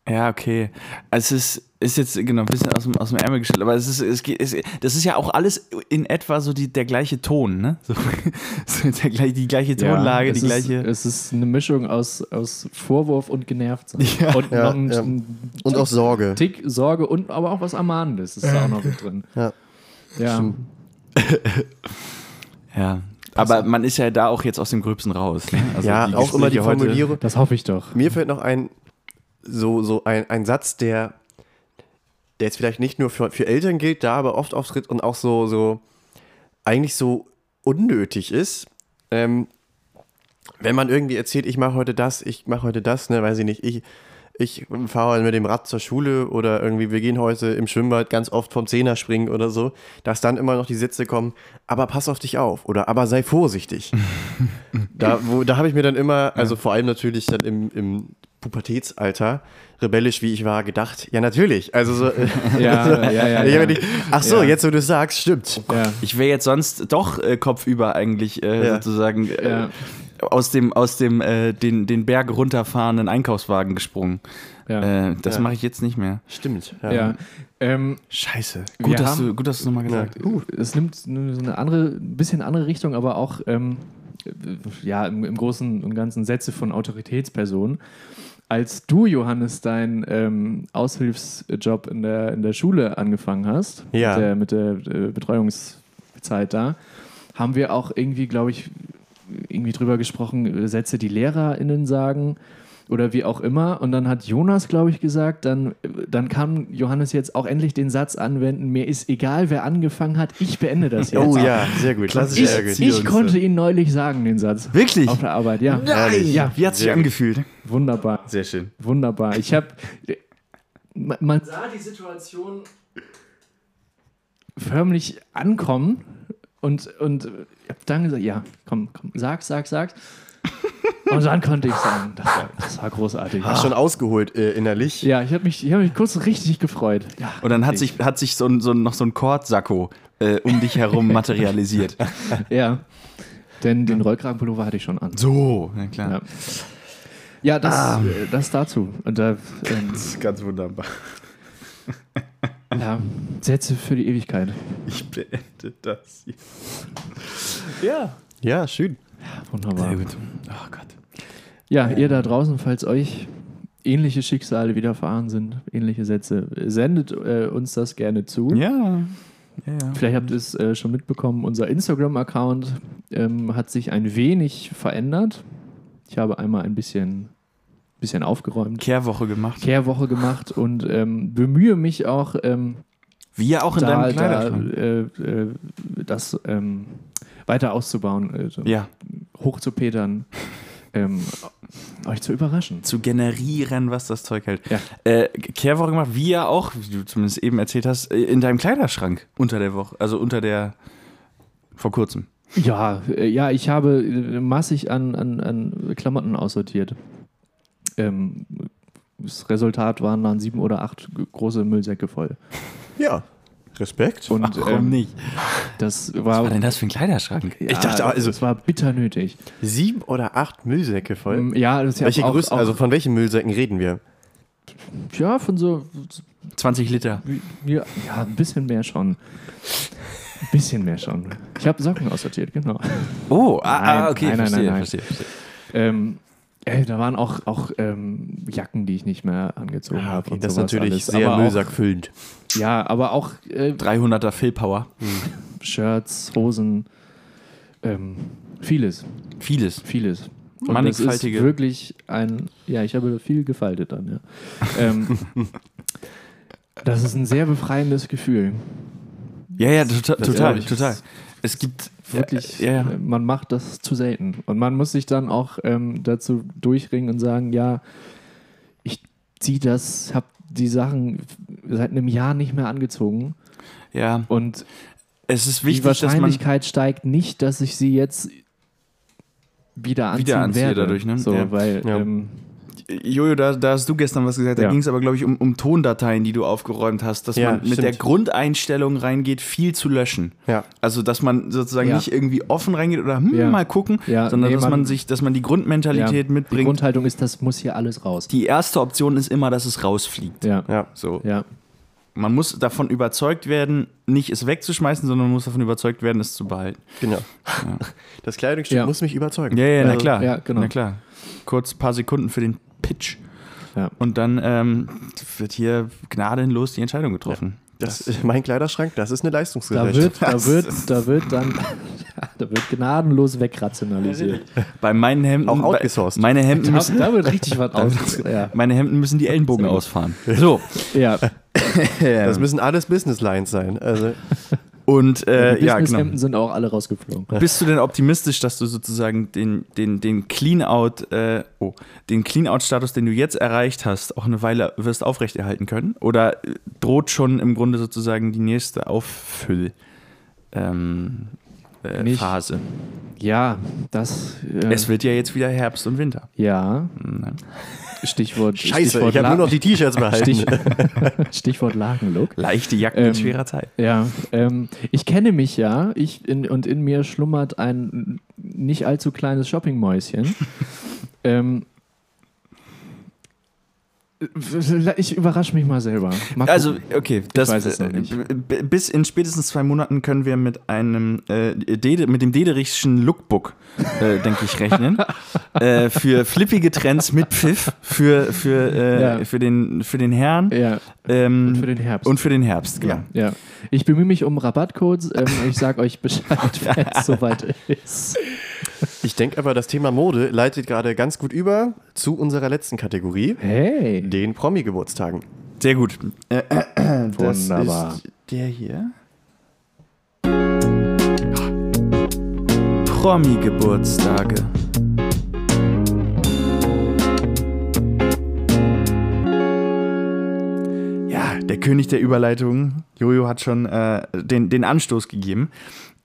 S1: Ja, okay. Also es ist, ist jetzt genau ein bisschen aus dem, aus dem Ärmel geschüttelt, aber es ist, es geht, es, das ist ja auch alles in etwa so die, der gleiche Ton, ne? So, so der, gleich- die gleiche Tonlage,
S2: ja,
S1: die
S2: es
S1: gleiche.
S2: Ist, es ist eine Mischung aus, aus Vorwurf und genervt sein.
S1: Ja,
S2: und
S3: ja,
S2: noch ein,
S3: ja.
S2: ein
S3: Und auch Sorge.
S2: Tick Sorge und aber auch was Ermahnendes ist da auch noch mit drin.
S3: Ja.
S2: Ja, äh,
S1: ja. Aber man ist ja da auch jetzt aus dem Gröbsten raus. Ne? Also
S3: ja, auch immer die
S1: Gespräche heute-
S3: Formulierung.
S2: das hoffe ich doch.
S3: Mir fällt noch ein, so, so ein, ein Satz, der, der jetzt vielleicht nicht nur für, für Eltern gilt, da aber oft auftritt und auch so, so eigentlich so unnötig ist. Ähm, wenn man irgendwie erzählt, ich mache heute das, ich mache heute das, ne, weiß ich nicht, ich, ich fahre heute mit dem Rad zur Schule oder irgendwie, wir gehen heute im Schwimmbad ganz oft vom Zehner springen oder so, dass dann immer noch die Sätze kommen, aber pass auf dich auf oder aber sei vorsichtig. Da, wo- da habe ich mir dann immer, also vor allem natürlich dann im, im Pubertätsalter, rebellisch wie ich war, gedacht, ja natürlich. Also so,
S2: Ja, ja, ja,
S3: ich
S2: ja.
S3: hab mir nicht- ach so,
S2: Ja. Oh
S3: jetzt wo du es sagst, stimmt.
S2: Ja.
S1: Ich wäre jetzt sonst doch äh, kopfüber eigentlich äh,
S3: Ja.
S1: sozusagen äh,
S2: Ja.
S1: aus dem, aus dem äh, den, den Berg runterfahrenden Einkaufswagen gesprungen.
S2: Ja.
S1: Äh, das
S3: Ja.
S1: mache ich jetzt nicht mehr.
S3: Stimmt.
S2: ja. Ähm,
S1: Scheiße.
S2: Wir
S1: Gut, dass
S2: haben-
S1: du, gut, dass du nochmal gesagt hast.
S2: Uh, es nimmt so eine andere, ein bisschen andere Richtung, aber auch ähm, ja, im, im Großen und Ganzen Sätze von Autoritätspersonen. Als du, Johannes, deinen ähm, Aushilfsjob in der, in der Schule angefangen hast,
S3: Ja.
S2: mit der, mit der äh, Betreuungszeit da, haben wir auch irgendwie, glaube ich, irgendwie drüber gesprochen, äh, Sätze, die LehrerInnen sagen oder wie auch immer. Und dann hat Jonas, glaube ich, gesagt, dann, äh, dann kam Johannes jetzt auch endlich den Satz anwenden, mir ist egal, wer angefangen hat, ich beende das jetzt.
S3: Oh ja, sehr gut. Klassische
S2: Ich, ich konnte ihn neulich sagen, den Satz.
S1: Wirklich?
S2: Auf der Arbeit, ja.
S1: Nein!
S2: Ja,
S1: Wie hat sich
S3: Sehr
S1: angefühlt?
S2: wunderbar.
S1: Sehr schön.
S2: Wunderbar. Ich habe. Man, man sah die Situation förmlich ankommen und, und ich habe dann gesagt: Ja, komm, komm, sag, sag, sag. Und dann konnte ich sagen: Das war, das war großartig.
S3: Hast schon ausgeholt äh, innerlich.
S2: Ah. Ja, ich habe mich, ich hab mich kurz richtig gefreut. Ja,
S1: Und dann hat sich, hat sich so, ein- so, ein- noch so ein Kordsacko äh, um dich herum materialisiert.
S2: ja. denn den Rollkragenpullover hatte ich schon an.
S1: So, na klar.
S2: Ja, ja das,
S1: Ah.
S2: äh, das dazu. Und da, ähm,
S1: Das ist ganz wunderbar.
S2: ja, Sätze für die Ewigkeit.
S1: Ich beende das hier.
S3: Ja, schön.
S2: Wunderbar.
S1: Sehr gut. Oh Gott.
S2: Ja, ihr da draußen, falls euch ähnliche Schicksale widerfahren sind, ähnliche Sätze, sendet äh, uns das gerne zu.
S1: Ja. ja, ja.
S2: Vielleicht habt ihr es äh, schon mitbekommen, unser Instagram-Account ähm, hat sich ein wenig verändert. Ich habe einmal ein bisschen, bisschen aufgeräumt,
S1: Kehrwoche gemacht.
S2: Kehrwoche gemacht und ähm, bemühe mich auch, ähm,
S1: Wie ja auch in
S2: da,
S1: deinem
S2: da,
S1: Kleiderschrank.
S2: äh, äh, das ähm, weiter auszubauen, also
S1: ja,
S2: hochzupetern, ähm, euch zu überraschen.
S1: zu generieren, was das Zeug hält.
S2: Ja.
S1: Äh, Kehrwoche gemacht, wie ja auch, wie du zumindest eben erzählt hast, äh, in deinem Kleiderschrank unter der Woche, also unter der vor kurzem.
S2: Ja, äh, ja, ich habe äh, massig an, an, an Klamotten aussortiert. Ähm, das Resultat waren dann sieben oder acht g- große Müllsäcke voll.
S3: Ja. Respekt. äh,
S2: Und ähm,
S1: nicht?
S2: das
S1: Was
S2: war,
S1: war denn das für ein Kleiderschrank?
S2: ja,
S3: Ich dachte, also-
S2: das war bitter nötig.
S3: Sieben oder acht Müllsäcke voll.
S2: Ähm, ja, das ist ja
S3: Welche
S2: auch,
S3: Größe,
S2: auch,
S3: also von welchen Müllsäcken reden wir?
S2: ja, von so
S1: 20 Liter.
S2: ja, ja, ein bisschen mehr schon. Ein bisschen mehr schon. Ich habe Socken aussortiert, genau.
S1: Oh, ah, ah, okay,
S2: Nein, nein, nein,
S1: verstehe,
S2: nein.
S1: verstehe, verstehe.
S2: Ähm, ey, da waren auch, auch ähm, Jacken, die ich nicht mehr angezogen habe. und
S3: das ist
S2: Ah, sowas
S3: natürlich
S2: alles.
S3: sehr
S2: Aber auch,
S3: müllsackfüllend.
S2: Ja, aber auch äh,
S1: 300er Fillpower.
S2: Shirts, Hosen, ähm, vieles,
S1: Vieles.
S2: vieles. Und
S1: Mannigfaltige-
S2: Das ist wirklich ein, ja, ich habe viel gefaltet dann, ja. ähm, das ist ein sehr befreiendes Gefühl.
S1: Ja, ja, tota-
S2: Das
S1: total,
S2: glaub ich.
S1: total. Es gibt
S2: Wirklich,
S1: Ja, ja.
S2: äh, man macht das zu selten. Und man muss sich dann auch ähm, dazu durchringen und sagen, ja, ich ziehe das, habe die Sachen seit einem Jahr nicht mehr angezogen
S1: ja,
S2: und
S1: es ist
S2: die
S1: wichtig, dass
S2: Wahrscheinlichkeit steigt nicht, dass ich sie jetzt wieder anziehen
S1: Wieder anziehe
S2: werde.
S1: dadurch, ne?
S2: So,
S1: Ja.
S2: weil
S3: Ja.
S2: Ähm,
S1: man Jojo, da, da hast du gestern was gesagt, da
S2: Ja.
S1: ging es aber glaube ich um, um Tondateien, die du aufgeräumt hast, dass
S3: Ja,
S1: man mit der
S3: stimmt.
S1: Grundeinstellung reingeht, viel zu löschen.
S3: Ja.
S1: Also, dass man sozusagen
S2: Ja.
S1: nicht irgendwie offen reingeht oder hm,
S2: Ja.
S1: mal gucken,
S2: Ja,
S1: sondern
S2: nee,
S1: dass man
S2: man-
S1: sich, dass man die Grundmentalität
S2: ja, die
S1: mitbringt.
S2: Grundhaltung ist, das muss hier alles raus.
S1: die erste Option ist immer, dass es rausfliegt.
S2: ja. ja.
S3: Ja.
S1: So.
S2: Ja.
S1: Man muss davon überzeugt werden, nicht es wegzuschmeißen, sondern man muss davon überzeugt werden, es zu behalten.
S3: Genau. Das Kleidungsstück
S2: Ja.
S3: muss mich überzeugen.
S1: Ja, ja, na
S2: Also,
S1: klar.
S2: ja, genau.
S1: Na klar. Kurz ein paar Sekunden für den Pitch.
S2: Ja.
S1: Und dann ähm, wird hier gnadenlos die Entscheidung getroffen.
S3: Das ist mein Kleiderschrank, das ist eine
S2: Da
S3: Leistungsgesellschaft.
S2: wird, da wird, da wird dann, da wird gnadenlos wegrationalisiert.
S1: Bei meinen Hemden.
S3: Auch
S1: bei-
S3: outgesourced.
S1: Meine Hemden,
S2: Da,
S1: müssen,
S2: da wird richtig was aus. Ja.
S1: meine Hemden müssen die Ellenbogen
S2: Sehr gut.
S1: ausfahren. So.
S2: ja.
S3: das
S2: ähm,
S3: müssen alles Business Lines sein. Also,
S1: Und äh,
S2: Die
S1: ja, genau.
S2: Businesshemden sind auch alle rausgeflogen.
S1: Bist du denn optimistisch, dass du sozusagen den, den, den Clean-Out, äh, oh, den Clean-Out-Status, den du jetzt erreicht hast, auch eine Weile wirst aufrechterhalten können? Oder äh, droht schon im Grunde sozusagen die nächste Auffüll- ähm, äh,
S2: Mich-
S1: Phase.
S2: Ja, das. Äh,
S1: Es wird ja jetzt wieder Herbst und Winter.
S2: ja,
S1: Ne?
S2: Stichwort.
S3: scheiße,
S2: Stichwort
S3: ich habe
S2: La-
S3: nur noch die T-Shirts behalten.
S2: Stich, Stichwort Lagenlook.
S1: Leichte Jacken in
S2: Ähm,
S1: schwerer Zeit.
S2: Ja, ähm, ich kenne mich ja. Ich in, und in mir schlummert ein nicht allzu kleines Shoppingmäuschen. ähm, ich überrasche mich mal selber. Mal
S1: Also,
S2: gucken.
S1: okay, das,
S2: weiß es noch nicht.
S1: äh, b- bis in spätestens zwei Monaten können wir mit einem äh, Dede, mit dem dederichschen Lookbook, äh, denke ich, rechnen. äh, für flippige Trends mit Pfiff für, für, äh,
S2: Ja.
S1: für, den, für den Herrn
S2: ja,
S1: ähm,
S2: und für den Herbst.
S1: und für den Herbst, genau.
S2: ja. Ich bemühe mich um Rabattcodes. Ähm, ich sage euch Bescheid, wenn es soweit ist.
S3: Ich denke aber, das Thema Mode leitet gerade ganz gut über zu unserer letzten Kategorie,
S2: Hey.
S3: den Promi-Geburtstagen.
S1: Sehr gut. Äh, äh, das
S2: Wunderbar.
S1: ist der hier. Promi-Geburtstage. Ja, der König der Überleitung, Jojo, hat schon äh, den, den Anstoß gegeben.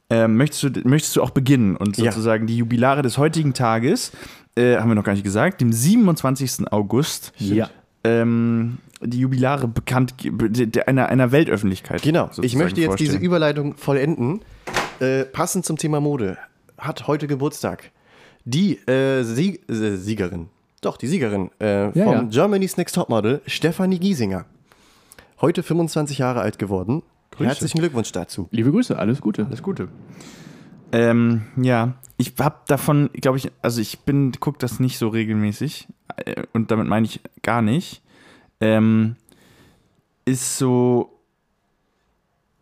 S1: Ähm, möchtest, du, möchtest du auch beginnen und
S3: Ja.
S1: sozusagen die Jubilare des heutigen Tages, äh, haben wir noch gar nicht gesagt, dem 27. August
S2: Ja.
S1: ähm, die Jubilare bekannt ge- be- de- de- einer, einer Weltöffentlichkeit.
S3: Genau, ich
S1: sozusagen
S3: möchte jetzt diese
S1: vorstellen.
S3: Überleitung vollenden. Äh, passend zum Thema Mode hat heute Geburtstag die äh, Sieg äh, Siegerin, doch die Siegerin äh,
S2: Ja,
S3: vom
S2: ja.
S3: Germany's Next Topmodel, Stefanie Giesinger. Heute 25 Jahre alt geworden. Herzlichen Glückwunsch dazu.
S2: Liebe Grüße, alles Gute.
S1: Alles Gute. Ähm, ja, ich habe davon, glaube ich, also ich bin guck das nicht so regelmäßig äh, und damit meine ich gar nicht. Ähm, ist so,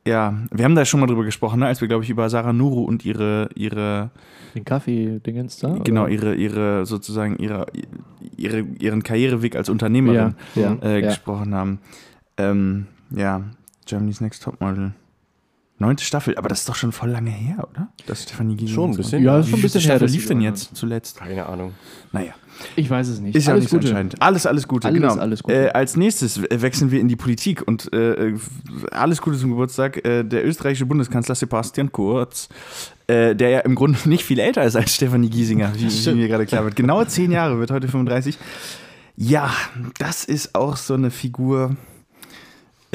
S1: ja, wir haben da schon mal drüber gesprochen, ne, als wir, glaube ich, über Sarah Nuru und ihre ihre
S2: Den Kaffee-Dingens da? oder?
S1: genau ihre ihre sozusagen ihre ihre ihren Karriereweg als Unternehmerin
S2: Ja, ja,
S1: äh,
S2: ja.
S1: gesprochen haben. Ähm, ja, Germany's Next Topmodel. Neunte Staffel, aber das ist doch schon voll lange her, oder? Das Stefanie Giesinger
S3: Schon ein
S1: das war.
S3: bisschen.
S2: Ja, ist
S1: Wie
S2: schon ein
S1: viele
S2: bisschen her.
S1: Staffel
S2: dass
S1: lief
S2: die
S1: denn
S2: waren.
S1: jetzt zuletzt?
S3: Keine Ahnung.
S1: Naja,
S2: Ich weiß es nicht.
S1: ist ja
S2: alles
S1: nicht so
S2: Gute.
S1: entscheidend. Alles, alles Gute,
S2: Alles,
S1: genau.
S2: alles Gute.
S1: Äh, als nächstes äh, wechseln wir in die Politik und äh, alles Gute zum Geburtstag. Äh, der österreichische Bundeskanzler Sebastian Kurz, äh, der ja im Grunde nicht viel älter ist als Stefanie Giesinger, wie, wie mir gerade klar wird. Genau zehn Jahre, wird heute 35. Ja, das ist auch so eine Figur,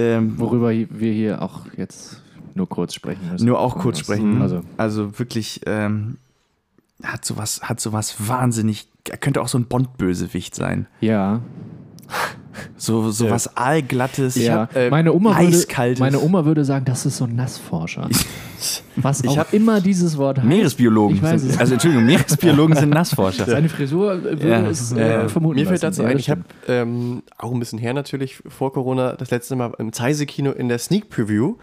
S1: ähm,
S2: Worüber wir hier auch jetzt nur kurz sprechen müssen.
S1: nur auch kurz
S2: Das-
S1: sprechen.
S2: Also,
S1: Also wirklich ähm, hat sowas, hat sowas wahnsinnig. Er könnte auch so ein Bond-Bösewicht sein.
S2: ja.
S1: So, so
S3: Ja.
S1: was allglattes.
S2: ja.
S3: hab, äh,
S2: meine, Oma würde,
S1: eiskaltes-
S2: meine Oma würde sagen, das ist so ein Nassforscher. Was
S3: Ich
S2: auch
S3: hab-
S2: immer dieses Wort heißt.
S1: Meeresbiologen
S2: Ich weiß
S1: sind,
S2: es.
S1: also Entschuldigung, Meeresbiologen sind Nassforscher.
S2: Seine Frisur würde
S1: Ja.
S2: es äh,
S1: Äh,
S2: vermuten
S3: Mir fällt
S2: lassen.
S3: dazu
S2: Ja,
S3: ein,
S2: das
S3: ich habe
S2: stimmt.
S3: ähm, auch ein bisschen her natürlich vor Corona das letzte Mal im Zeise-Kino in der Sneak Preview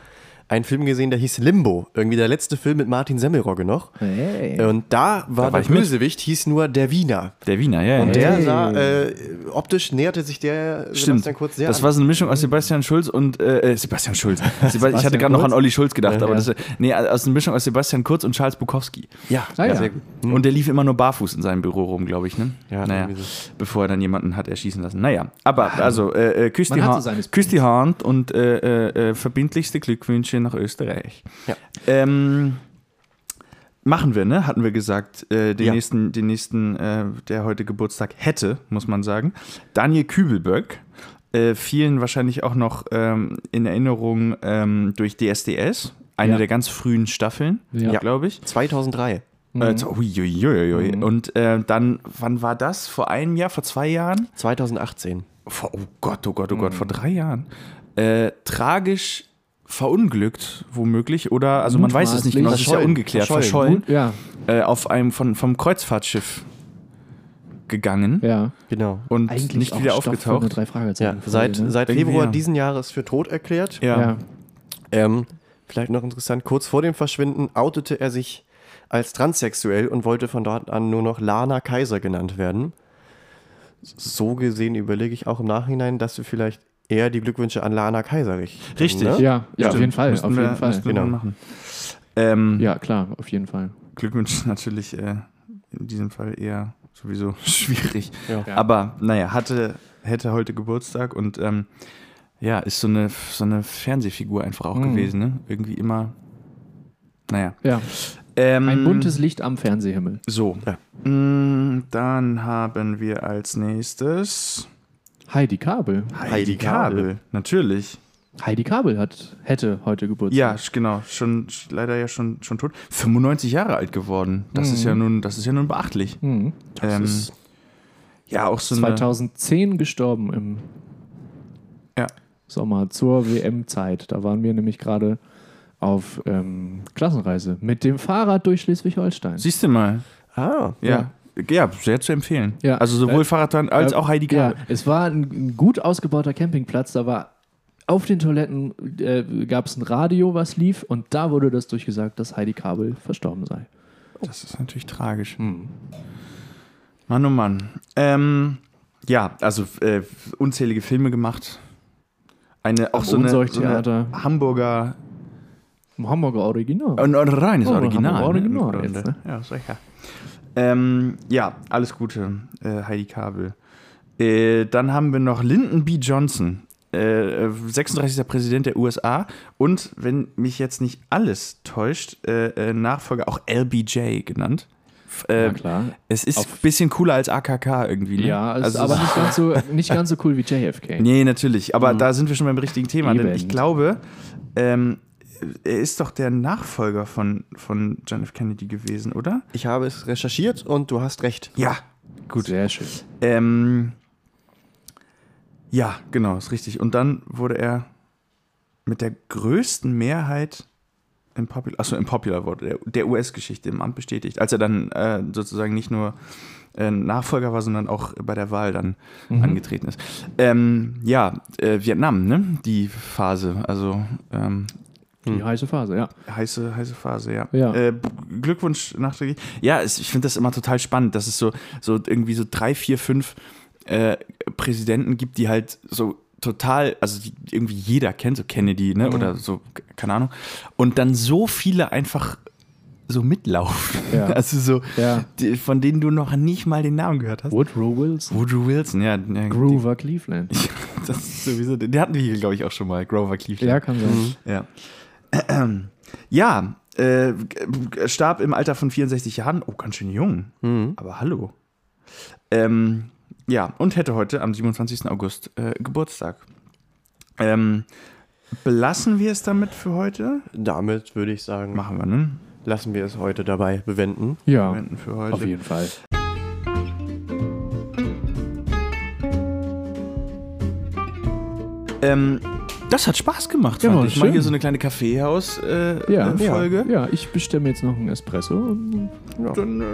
S3: einen Film gesehen, der hieß Limbo. Irgendwie der letzte Film mit Martin Semmelrogge noch.
S1: Äh,
S2: Hey.
S1: also
S3: Und da war,
S1: Da war ich
S3: der
S1: mit.
S3: Bösewicht, hieß nur der Wiener.
S1: Der Wiener, ja. ja.
S3: Und der
S2: Hey.
S3: sah, äh, optisch näherte sich der
S1: Stimmt.
S3: Sebastian Kurz sehr
S1: das
S3: an.
S1: war so eine Mischung aus Sebastian Schulz und äh, äh, Sebastian Schulz. Seba ich hatte gerade noch
S2: Kurz?
S1: an Olli Schulz gedacht, aber
S2: ja.
S1: das äh, nee, also aus einer Mischung aus Sebastian Kurz und Charles Bukowski.
S3: ja,
S2: Ah, ja.
S3: sehr gut.
S1: Hm. Und der lief immer nur barfuß in seinem Büro rum, glaube ich, ne?
S3: Ja,
S1: naja.
S3: irgendwie
S1: Bevor er dann jemanden hat erschießen lassen. Naja, aber also, äh, äh, küsst
S2: Ah. Man
S1: die,
S2: hat so
S1: Hand-
S2: seines
S1: küsst die Hand und äh, äh, äh, verbindlichste Glückwünsche nach Österreich.
S3: Ja.
S1: Ähm, machen wir, ne? Hatten wir gesagt, äh, den
S3: Ja.
S1: nächsten, den nächsten äh, der heute Geburtstag hätte, muss man sagen. Daniel Kübelböck. Äh, vielen wahrscheinlich auch noch ähm, in Erinnerung ähm, durch DSDS, eine
S2: Ja.
S1: der ganz frühen Staffeln,
S2: Ja.
S1: glaube ich.
S3: 2003.
S1: Äh, so, hui, hui, hui, hui. Und äh, dann, wann war das? Vor einem Jahr, vor zwei Jahren?
S3: 2018.
S1: Vor, oh Gott, oh Gott, oh Gott, vor drei Jahren. Äh, tragisch verunglückt, womöglich, oder, also man weiß es nicht genau, das ist ja
S3: Verschollen.
S1: ungeklärt, verschollen,
S3: Verschollen.
S2: Ja,
S1: äh, auf einem von, vom Kreuzfahrtschiff gegangen
S2: ja.
S3: Genau.
S1: und
S2: Eigentlich
S1: nicht
S2: auch
S1: wieder
S2: Stoff für Eine
S1: aufgetaucht.
S2: drei Fragezeichen
S3: Ja, seit,
S2: ne?
S3: seit
S1: Irgendwie,
S3: Februar
S1: ja.
S3: diesen Jahres für tot erklärt.
S1: Ja.
S2: ja.
S3: Ähm, vielleicht noch interessant, kurz vor dem Verschwinden outete er sich als transsexuell und wollte von dort an nur noch Lana Kaiser genannt werden. So gesehen überlege ich auch im Nachhinein, dass wir vielleicht eher die Glückwünsche an Lana Kaiser richten.
S1: Richtig.
S3: ne?
S2: Ja, ja, auf
S1: Stimmt.
S2: jeden Fall.
S1: Müssten
S2: Auf jeden
S1: wir,
S2: Fall.
S1: müssten wir
S3: Genau.
S1: machen. Ähm,
S2: Ja, klar, auf jeden Fall.
S1: Glückwünsche natürlich äh, in diesem Fall eher sowieso schwierig.
S3: Ja.
S2: Ja.
S1: Aber naja, hatte, hätte heute Geburtstag und ähm, ja, ist so eine, so eine Fernsehfigur einfach auch
S2: Mhm.
S1: gewesen, ne? Irgendwie immer. Naja.
S2: Ja,
S1: Ähm,
S2: ein buntes Licht am Fernsehhimmel.
S1: So.
S3: Ja.
S1: Mm, Dann haben wir als nächstes
S2: Heidi Kabel.
S1: Heidi Kabel. Natürlich.
S2: Heidi Kabel hat, hätte heute
S1: Ja,
S2: Geburtstag.
S1: sch- genau. Schon sch- leider ja schon, schon tot. 95 Jahre alt geworden. Das ist ja nun, das ist ja nun beachtlich.
S2: Hm.
S1: ähm,
S3: ist-
S1: ja, auch so eine.
S2: 2010 gestorben im
S1: Ja.
S2: Sommer zur WM-Zeit. Da waren wir nämlich gerade auf ähm, Klassenreise mit dem Fahrrad durch Schleswig-Holstein.
S1: Siehst du mal.
S3: Ah,
S1: Ja. ja. sehr zu empfehlen.
S2: Ja.
S1: Also sowohl Fahrradfahren als
S2: Äh,
S1: auch Heidi
S2: Ja,
S1: Kabel.
S2: es war ein, ein gut ausgebauter Campingplatz. Da war auf den Toiletten äh, gab es ein Radio, was lief, und da wurde das durchgesagt, dass Heidi Kabel verstorben sei.
S1: Das ist natürlich tragisch.
S2: Hm.
S1: Oh, Mann, oh Mann. Ähm, ja, also äh, unzählige Filme gemacht. Eine, auch so eine, so eine
S2: Unseuchtheater.
S1: Hamburger.
S2: Im Hamburger Original.
S1: Ein, ein reines
S2: Oh,
S1: Original.
S2: Hamburger
S1: ne, im
S2: Original
S1: Grunde.
S2: jetzt, ne?
S1: Ja, sicher. Ähm, ja, alles Gute, äh, Heidi Kabel. Äh, dann haben wir noch Lyndon B. Johnson, äh, 36. Präsident der USA und, wenn mich jetzt nicht alles täuscht, äh, äh, Nachfolger auch LBJ genannt. F-
S2: Na
S1: Äh,
S2: klar.
S1: es ist ein
S2: Auf-
S1: bisschen cooler als AKK irgendwie. Ne?
S2: Ja, es,
S1: also,
S2: aber nicht ganz, so, nicht ganz so cool wie JFK.
S1: Nee, natürlich. Aber da sind wir schon beim richtigen Thema. Denn
S2: Eben.
S1: ich glaube, ähm, er ist doch der Nachfolger von, von John F. Kennedy gewesen, oder?
S3: Ich habe es recherchiert und du hast recht.
S1: Ja. Gut.
S2: Sehr schön.
S1: Ähm, ja, genau, ist richtig. Und dann wurde er mit der größten Mehrheit im Popular, achso, im Popular Vote der, der US-Geschichte im Amt bestätigt, als er dann äh, sozusagen nicht nur äh, Nachfolger war, sondern auch bei der Wahl dann angetreten ist. Ähm, ja, äh, Vietnam, ne? Die Phase, also ähm,
S2: Die heiße Phase, ja.
S1: Heiße, heiße Phase, ja.
S2: Ja.
S1: Äh, Glückwunsch nachträglich. Ja, es, ich finde das immer total spannend, dass es so, so irgendwie so drei, vier, fünf äh, Präsidenten gibt, die halt so total, also die irgendwie jeder kennt, so Kennedy,
S2: Mhm.
S1: ne? Oder so, keine Ahnung. Und dann so viele einfach so mitlaufen.
S2: Ja.
S1: Also so,
S2: Ja.
S1: die, von denen du noch nicht mal den Namen gehört hast.
S2: Woodrow Wilson.
S1: Woodrow Wilson, ja. ja
S2: Groover Cleveland.
S1: Die, das ist sowieso, den hatten wir hier, glaube ich, auch schon mal. Grover Cleveland.
S2: Ja, kann sein.
S1: Ja. Ja, äh, g- starb im Alter von 64 Jahren. Oh, ganz schön jung.
S2: Mhm.
S1: Aber hallo. Ähm, ja, und hätte heute am 27. August äh, Geburtstag. Ähm, belassen wir es damit für heute?
S3: Damit würde ich sagen,
S1: Machen wir, ne?
S3: lassen wir es heute dabei bewenden.
S2: Ja,
S1: Wenden für
S2: auf
S1: heute.
S2: jeden Fall.
S1: Ähm, das hat Spaß gemacht,
S2: Ja,
S1: fand
S2: war
S1: ich. Mal
S2: schön.
S1: hier so eine kleine Kaffeehaus-Folge. Äh,
S2: Ja.
S1: äh, Folge.
S2: Ja, ich bestimme jetzt noch einen Espresso. Und,
S1: Dann äh,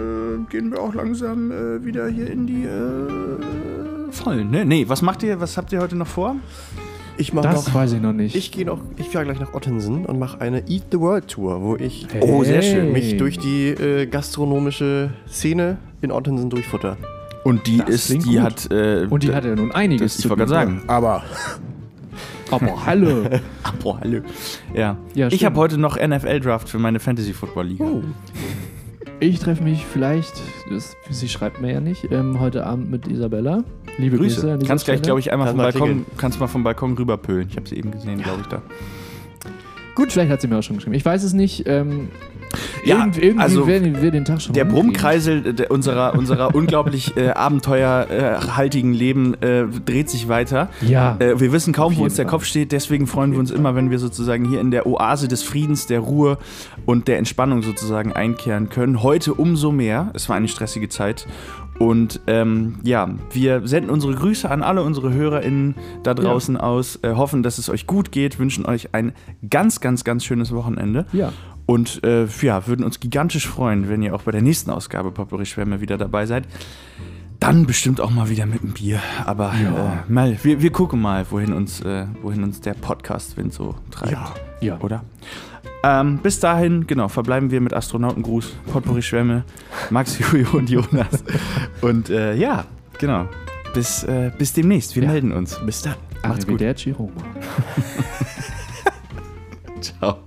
S1: gehen wir auch langsam äh, wieder hier in die äh, Vollen. Ne? Nee, was macht ihr? Was habt ihr heute noch vor?
S3: Ich mache
S2: das
S3: noch.
S2: weiß ich noch nicht.
S3: Ich gehe noch, ich fahre gleich nach Ottensen und mache eine Eat the World Tour, wo ich
S2: Hey.
S1: Oh, sehr schön.
S2: Hm.
S3: mich durch die äh, gastronomische Szene in Ottensen durchfutter.
S1: Und die
S2: Das klingt gut.
S1: äh,
S2: Und die hat ja nun einiges
S1: das, ich wollte gerade sagen. ah.
S3: Aber
S2: Aber hallo.
S1: Boah, hallo. Ja. Oh,
S2: Ja,
S1: ich
S2: stimmt.
S1: habe heute noch NFL Draft für meine Fantasy Football Liga.
S2: Ich treffe mich vielleicht, das, sie schreibt mir ja nicht, ähm, heute Abend mit Isabella. Liebe Grüße.
S1: Grüße.
S2: an dieser
S1: Kannst gleich,
S2: Stelle.
S1: glaube ich, einmal
S3: Kannst
S1: vom
S3: mal
S1: Balkon,
S3: klingeln.
S1: kannst mal vom Balkon rüberpölen. Ich habe sie eben gesehen, glaube ich da.
S2: Gut, vielleicht hat sie mir auch schon geschrieben. Ich weiß es nicht. Ähm,
S1: Ja,
S2: irgend- irgendwie
S1: also,
S2: werden wir den Tag schon
S1: Der
S2: rumkriegen.
S1: Brummkreisel äh, der, unserer unserer unglaublich äh, abenteuerhaltigen Leben äh, dreht sich weiter.
S2: Ja.
S1: Äh, wir wissen kaum, wo
S2: jeden
S1: uns der
S2: Fall.
S1: Kopf steht, deswegen freuen wir uns immer, wenn wir sozusagen hier in der Oase des Friedens, der Ruhe und der Entspannung sozusagen einkehren können. Heute umso mehr. Es war eine stressige Zeit. Und ähm, ja, wir senden unsere Grüße an alle unsere HörerInnen da draußen aus, äh, hoffen, dass es euch gut geht, wünschen euch ein ganz, ganz, ganz schönes Wochenende.
S2: Ja.
S1: Und äh, ja, würden uns gigantisch freuen, wenn ihr auch bei der nächsten Ausgabe Potpourri Schwärme wieder dabei seid. Dann bestimmt auch mal wieder mit einem Bier. Aber äh, mal, wir, wir gucken mal, wohin uns, äh, wohin uns der Podcast-Wind so treibt. Ja.
S2: ja.
S1: Oder? Ähm, bis dahin, genau, verbleiben wir mit Astronautengruß, Potpourri-Schwämme, Max, Julio und Jonas. Und äh, ja, genau. Bis, äh, bis demnächst. Wir
S2: Ja.
S1: melden uns. Bis dann. Macht's gut.
S2: Arrivederci, Roma.
S1: Ciao.